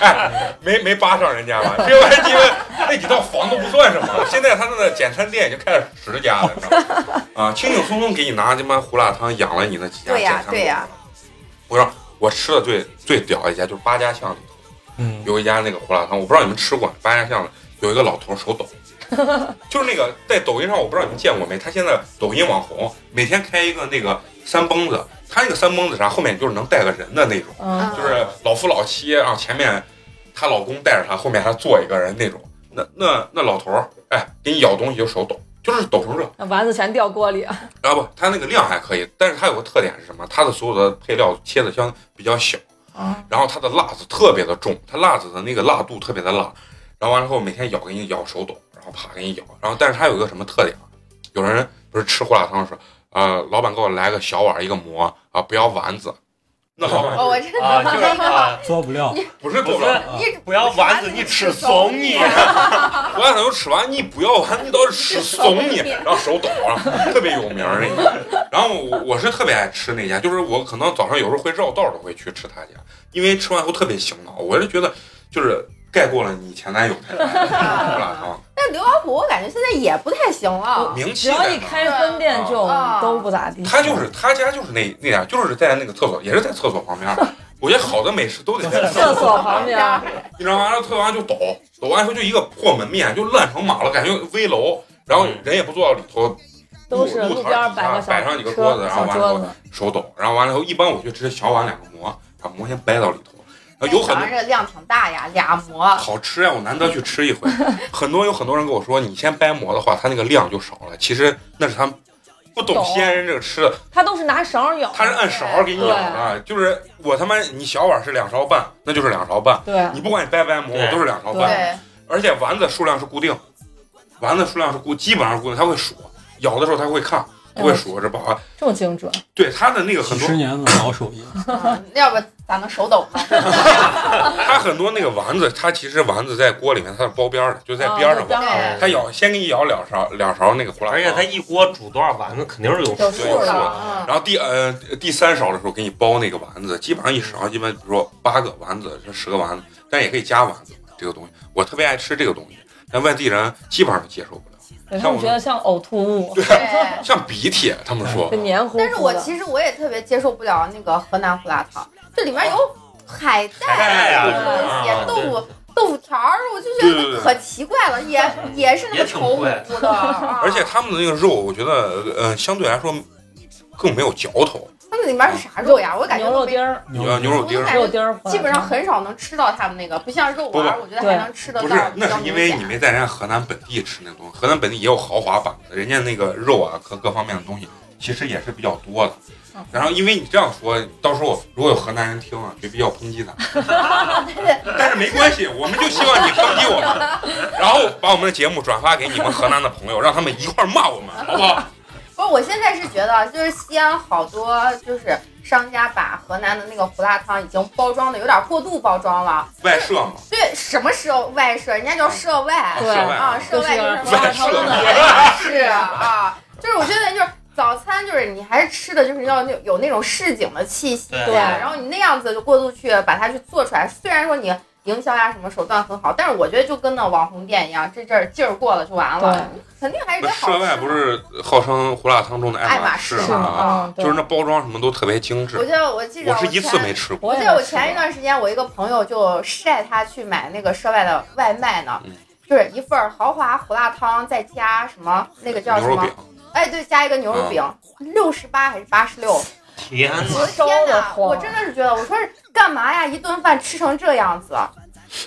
[SPEAKER 1] 哎，没没扒上人家吧？这玩意儿因为那几套房都不算什么，现在他那个简餐店已经开了十家了，你知道吗？啊，轻轻松松给你拿他妈胡辣汤养了你那几家
[SPEAKER 3] 对
[SPEAKER 1] 简
[SPEAKER 3] 呀
[SPEAKER 1] 餐店。
[SPEAKER 3] 对呀
[SPEAKER 1] 我让我吃的最最屌一家就是八家巷里
[SPEAKER 6] 嗯，
[SPEAKER 1] 有一家那个胡辣汤，我不知道你们吃过，八家巷子有一个老头手抖，就是那个在抖音上，我不知道你们见过没，他现在抖音网红每天开一个那个三蹦子，他那个三蹦子啥后面就是能带个人的那种，
[SPEAKER 4] 嗯，
[SPEAKER 1] 就是老夫老妻，然后前面她老公带着她，后面还坐一个人那种，那那那老头儿，哎，给你咬东西就手抖，就是抖成这，
[SPEAKER 4] 那丸子全掉锅里，
[SPEAKER 1] 啊不，他那个量还可以，但是他有个特点是什么？他的所有的配料切的相比较小。
[SPEAKER 4] 啊，
[SPEAKER 1] 然后它的辣子特别的重，它辣子的那个辣度特别的辣，然后完了后每天咬给你咬手抖，然后啪给你咬，然后但是它有一个什么特点啊？有人不是吃胡辣汤的时候，呃，老板给我来个小碗儿一个馍啊，不要丸子，那老板
[SPEAKER 3] 哦，我真的
[SPEAKER 5] 啊，就是啊，
[SPEAKER 6] 做不了。
[SPEAKER 1] 不是
[SPEAKER 5] 不
[SPEAKER 1] 够了，
[SPEAKER 5] 是
[SPEAKER 6] 啊
[SPEAKER 3] 一
[SPEAKER 5] 不要丸子，你吃怂你，
[SPEAKER 1] 胡辣汤都吃完，你不要丸子，你倒是吃怂你，然后手抖啊，特别有名儿那个。然后我我是特别爱吃那家，就是我可能早上有时候会绕道儿的会去吃他家，因为吃完以后特别醒脑，我是觉得就是盖过了你前男友太 太的胡辣汤。
[SPEAKER 3] 但刘老虎，我感觉现在也不太行了。
[SPEAKER 1] 名气
[SPEAKER 4] 只要一
[SPEAKER 1] 在哪儿？
[SPEAKER 4] 开分店就
[SPEAKER 3] 啊
[SPEAKER 4] 都不咋地。
[SPEAKER 1] 他就是他家就是那那样，就是在那个厕所，也是在厕所旁边儿。我觉得好的美食都得在
[SPEAKER 4] 厕
[SPEAKER 1] 厕所，
[SPEAKER 4] 所旁边，
[SPEAKER 3] 啊
[SPEAKER 1] 你知道吗？然后退完就抖，抖完以后就一个破门面，就烂成马了，感觉危楼。然后人也不坐到里头，
[SPEAKER 4] 嗯都是
[SPEAKER 1] 路
[SPEAKER 4] 路
[SPEAKER 1] 摊儿底
[SPEAKER 4] 边摆
[SPEAKER 1] 下
[SPEAKER 4] 个
[SPEAKER 1] 摆
[SPEAKER 4] 小
[SPEAKER 1] 上几个
[SPEAKER 4] 车
[SPEAKER 1] 桌子，然后
[SPEAKER 4] 小
[SPEAKER 1] 完了以后
[SPEAKER 4] 桌子，
[SPEAKER 1] 手抖，然后完了以后一般我就直接小碗两个馍，把馍先掰到里头。然后有很
[SPEAKER 3] 早
[SPEAKER 1] 多
[SPEAKER 3] 上这个啊量挺大呀，俩馍。
[SPEAKER 1] 好吃呀、我难得去吃一回。很多有很多人跟我说，你先掰馍的话，它那个量就少了。其实那是他们不懂
[SPEAKER 4] 懂
[SPEAKER 1] 西安人这个吃的，
[SPEAKER 4] 他都是拿勺舀。
[SPEAKER 1] 他是按勺儿给你舀的，就是我他妈你小碗是两勺半，那就是两勺半，
[SPEAKER 4] 对，
[SPEAKER 1] 你不管你掰不掰馍，
[SPEAKER 5] 对
[SPEAKER 1] 我都是两勺半，
[SPEAKER 3] 对，
[SPEAKER 1] 而且丸子数量是固定，丸子数量是固，基本上是固定，他会数，咬的时候他会看，不会数这不好。
[SPEAKER 4] 这么精准，
[SPEAKER 1] 对他的那个很
[SPEAKER 6] 几
[SPEAKER 1] 多
[SPEAKER 6] 十，年的老手艺，
[SPEAKER 3] 嗯要不咋能手 抖呢？
[SPEAKER 1] 他很多那个丸子，他其实丸子在锅里面它是包边儿的，哦就在边儿上嘛，
[SPEAKER 4] 边上
[SPEAKER 1] 他咬先给你咬两勺两勺那个胡辣
[SPEAKER 5] 而且他
[SPEAKER 1] 汤。
[SPEAKER 5] 一锅煮多少丸子，肯定是有
[SPEAKER 4] 有
[SPEAKER 5] 数
[SPEAKER 4] 数
[SPEAKER 1] 的
[SPEAKER 3] 嗯，
[SPEAKER 1] 然后第呃第三勺的时候给你包那个丸子，基本上一勺，基本比如说八个丸子，这十个丸子，但也可以加丸子这个东西，我特别爱吃这个东西，但外地人基本上都接受不了，
[SPEAKER 4] 对他们觉得像呕吐物，
[SPEAKER 3] 对。
[SPEAKER 1] 像鼻涕，他们说
[SPEAKER 4] 就黏糊糊的。
[SPEAKER 3] 但是我其实我也特别接受不了那个河南胡辣汤，这里面有海
[SPEAKER 5] 海带
[SPEAKER 3] 带
[SPEAKER 5] 呀
[SPEAKER 3] 东
[SPEAKER 5] 啊
[SPEAKER 3] 西，
[SPEAKER 5] 对
[SPEAKER 3] 豆腐豆腐条儿，我就
[SPEAKER 1] 对
[SPEAKER 3] 觉
[SPEAKER 1] 对对
[SPEAKER 3] 得可奇怪了，也也是那
[SPEAKER 5] 也
[SPEAKER 3] 么
[SPEAKER 5] 挺
[SPEAKER 3] 稠
[SPEAKER 5] 贵
[SPEAKER 3] 乎乎 的，啊
[SPEAKER 1] 而且他们的那个肉，我觉得呃相对来说更没有嚼头，
[SPEAKER 3] 他们里面是啥肉呀？我感觉
[SPEAKER 4] 牛
[SPEAKER 3] 都
[SPEAKER 4] 肉
[SPEAKER 3] 没
[SPEAKER 4] 丁儿，
[SPEAKER 1] 你要牛肉丁儿
[SPEAKER 3] 哎
[SPEAKER 4] 肉丁儿
[SPEAKER 3] 基本上很少能吃到他们那个，不像肉丸儿，我觉得
[SPEAKER 4] 对
[SPEAKER 3] 还能吃得
[SPEAKER 1] 不
[SPEAKER 3] 到。
[SPEAKER 1] 是，那
[SPEAKER 3] 比较
[SPEAKER 1] 是因为
[SPEAKER 3] 明
[SPEAKER 1] 你
[SPEAKER 3] 显
[SPEAKER 1] 没在人家河南本地吃那东西，河南本地也有豪华版的，人家那个肉啊和各方面的东西其实也是比较多的。
[SPEAKER 3] 嗯
[SPEAKER 1] 然后因为你这样说，到时候如果有河南人听啊，就比较抨 击咱们。但是没关系，我们就希望你抨击我们， 然后把我们的节目转发给你们河南的朋友，让他们一块儿骂我们，好不好？
[SPEAKER 3] 不是，我现在是觉得，就是西安好多就是商家把河南的那个胡辣汤已经包装的有点过度包装了。
[SPEAKER 1] 外设嘛，
[SPEAKER 3] 对，什么涉外涉，人家叫涉外，
[SPEAKER 1] 对
[SPEAKER 3] 啊，涉外就是
[SPEAKER 1] 就是外
[SPEAKER 3] 什么
[SPEAKER 1] 涉
[SPEAKER 3] 是啊，就是我觉得就是。早餐就是你还是吃的，就是要那有那种市井的气息，啊
[SPEAKER 5] 对
[SPEAKER 3] 然后你那样子就过度去把它去做出来。虽然说你营销呀什么手段很好，但是我觉得就跟那网红店一样，这阵儿劲儿过了就完了，肯定还是
[SPEAKER 1] 那
[SPEAKER 3] 得哎好吃啊嘛。
[SPEAKER 1] 涉外不是号称胡辣汤中的爱
[SPEAKER 3] 爱
[SPEAKER 1] 马
[SPEAKER 3] 马
[SPEAKER 1] 仕
[SPEAKER 3] 仕嗯
[SPEAKER 4] 是
[SPEAKER 1] 吗？
[SPEAKER 4] 啊，
[SPEAKER 1] 就是那包装什么都特别精
[SPEAKER 3] 我
[SPEAKER 1] 致，
[SPEAKER 3] 记得我记得
[SPEAKER 1] 我是
[SPEAKER 3] 我
[SPEAKER 1] 一次
[SPEAKER 3] 前
[SPEAKER 1] 没吃过。
[SPEAKER 3] 我记
[SPEAKER 4] 也
[SPEAKER 3] 得哦我
[SPEAKER 4] 吃
[SPEAKER 3] 前一
[SPEAKER 4] 过
[SPEAKER 3] 段时间，我一个朋友就晒他去买那个涉外的外卖呢，
[SPEAKER 1] 嗯
[SPEAKER 3] 就是一份儿豪华胡辣汤，再加什么那个叫
[SPEAKER 1] 牛
[SPEAKER 3] 什
[SPEAKER 1] 肉
[SPEAKER 3] 么
[SPEAKER 1] 饼？，啊
[SPEAKER 3] 哎，对，加一个牛肉饼，六十八还是八十六？
[SPEAKER 5] 天
[SPEAKER 3] 我的
[SPEAKER 5] 呐，
[SPEAKER 4] 烧
[SPEAKER 3] 天
[SPEAKER 4] 得
[SPEAKER 3] 哪！
[SPEAKER 4] 慌啊
[SPEAKER 3] 我真的是觉得，我说是干嘛呀？一顿饭吃成这样子，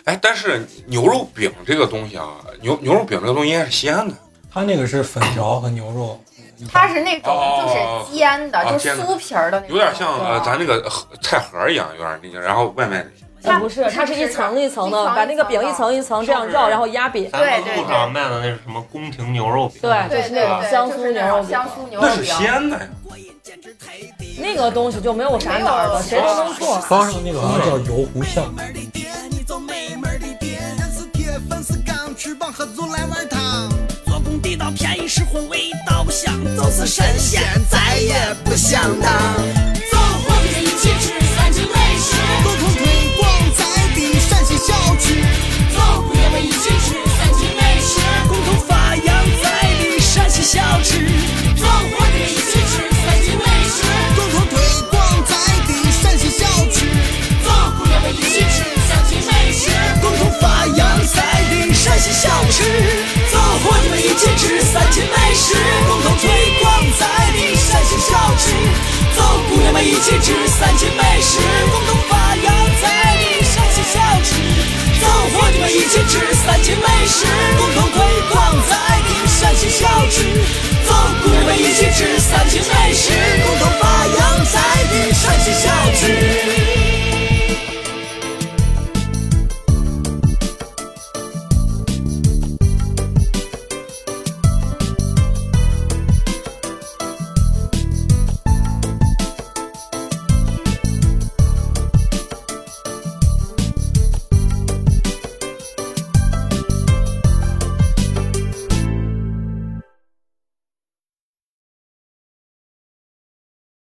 [SPEAKER 1] 哎，但是牛肉饼这个东西啊，牛牛肉饼这个东西应该是西安的，
[SPEAKER 6] 他那个是粉条和牛肉，嗯
[SPEAKER 3] 它是那种
[SPEAKER 1] 哦
[SPEAKER 3] 就是煎的，
[SPEAKER 1] 哦
[SPEAKER 3] 就是
[SPEAKER 1] 煎的
[SPEAKER 3] 酥皮儿的那种，
[SPEAKER 1] 有点像呃
[SPEAKER 4] 对
[SPEAKER 1] 咱那个呃菜盒一样，有点那个，然后外面
[SPEAKER 4] 它呃哎不是，它是一层一层的，把那个饼一层一层这样绕，然后压饼，
[SPEAKER 5] 咱们路上卖的那是什么宫廷牛肉饼？
[SPEAKER 4] 对
[SPEAKER 3] 对
[SPEAKER 4] 就是
[SPEAKER 3] 对
[SPEAKER 4] 那种
[SPEAKER 3] 对，
[SPEAKER 4] 香
[SPEAKER 3] 就
[SPEAKER 4] 酥
[SPEAKER 3] 是那
[SPEAKER 4] 牛
[SPEAKER 3] 种
[SPEAKER 4] 肉
[SPEAKER 3] 香
[SPEAKER 4] 饼
[SPEAKER 3] 酥牛
[SPEAKER 1] 那
[SPEAKER 3] 肉
[SPEAKER 1] 是
[SPEAKER 3] 饼，
[SPEAKER 1] 西安的呀，
[SPEAKER 2] 哎
[SPEAKER 4] 那个东西就没有啥哪儿的，谁都能做。
[SPEAKER 6] 包上那个好像叫油糊酱，
[SPEAKER 2] 你走没门儿的店，俺是铁，粉是钢，翅膀合足来碗汤。做工地道，便宜实惠，味道不香，都是神仙，咱也不想当。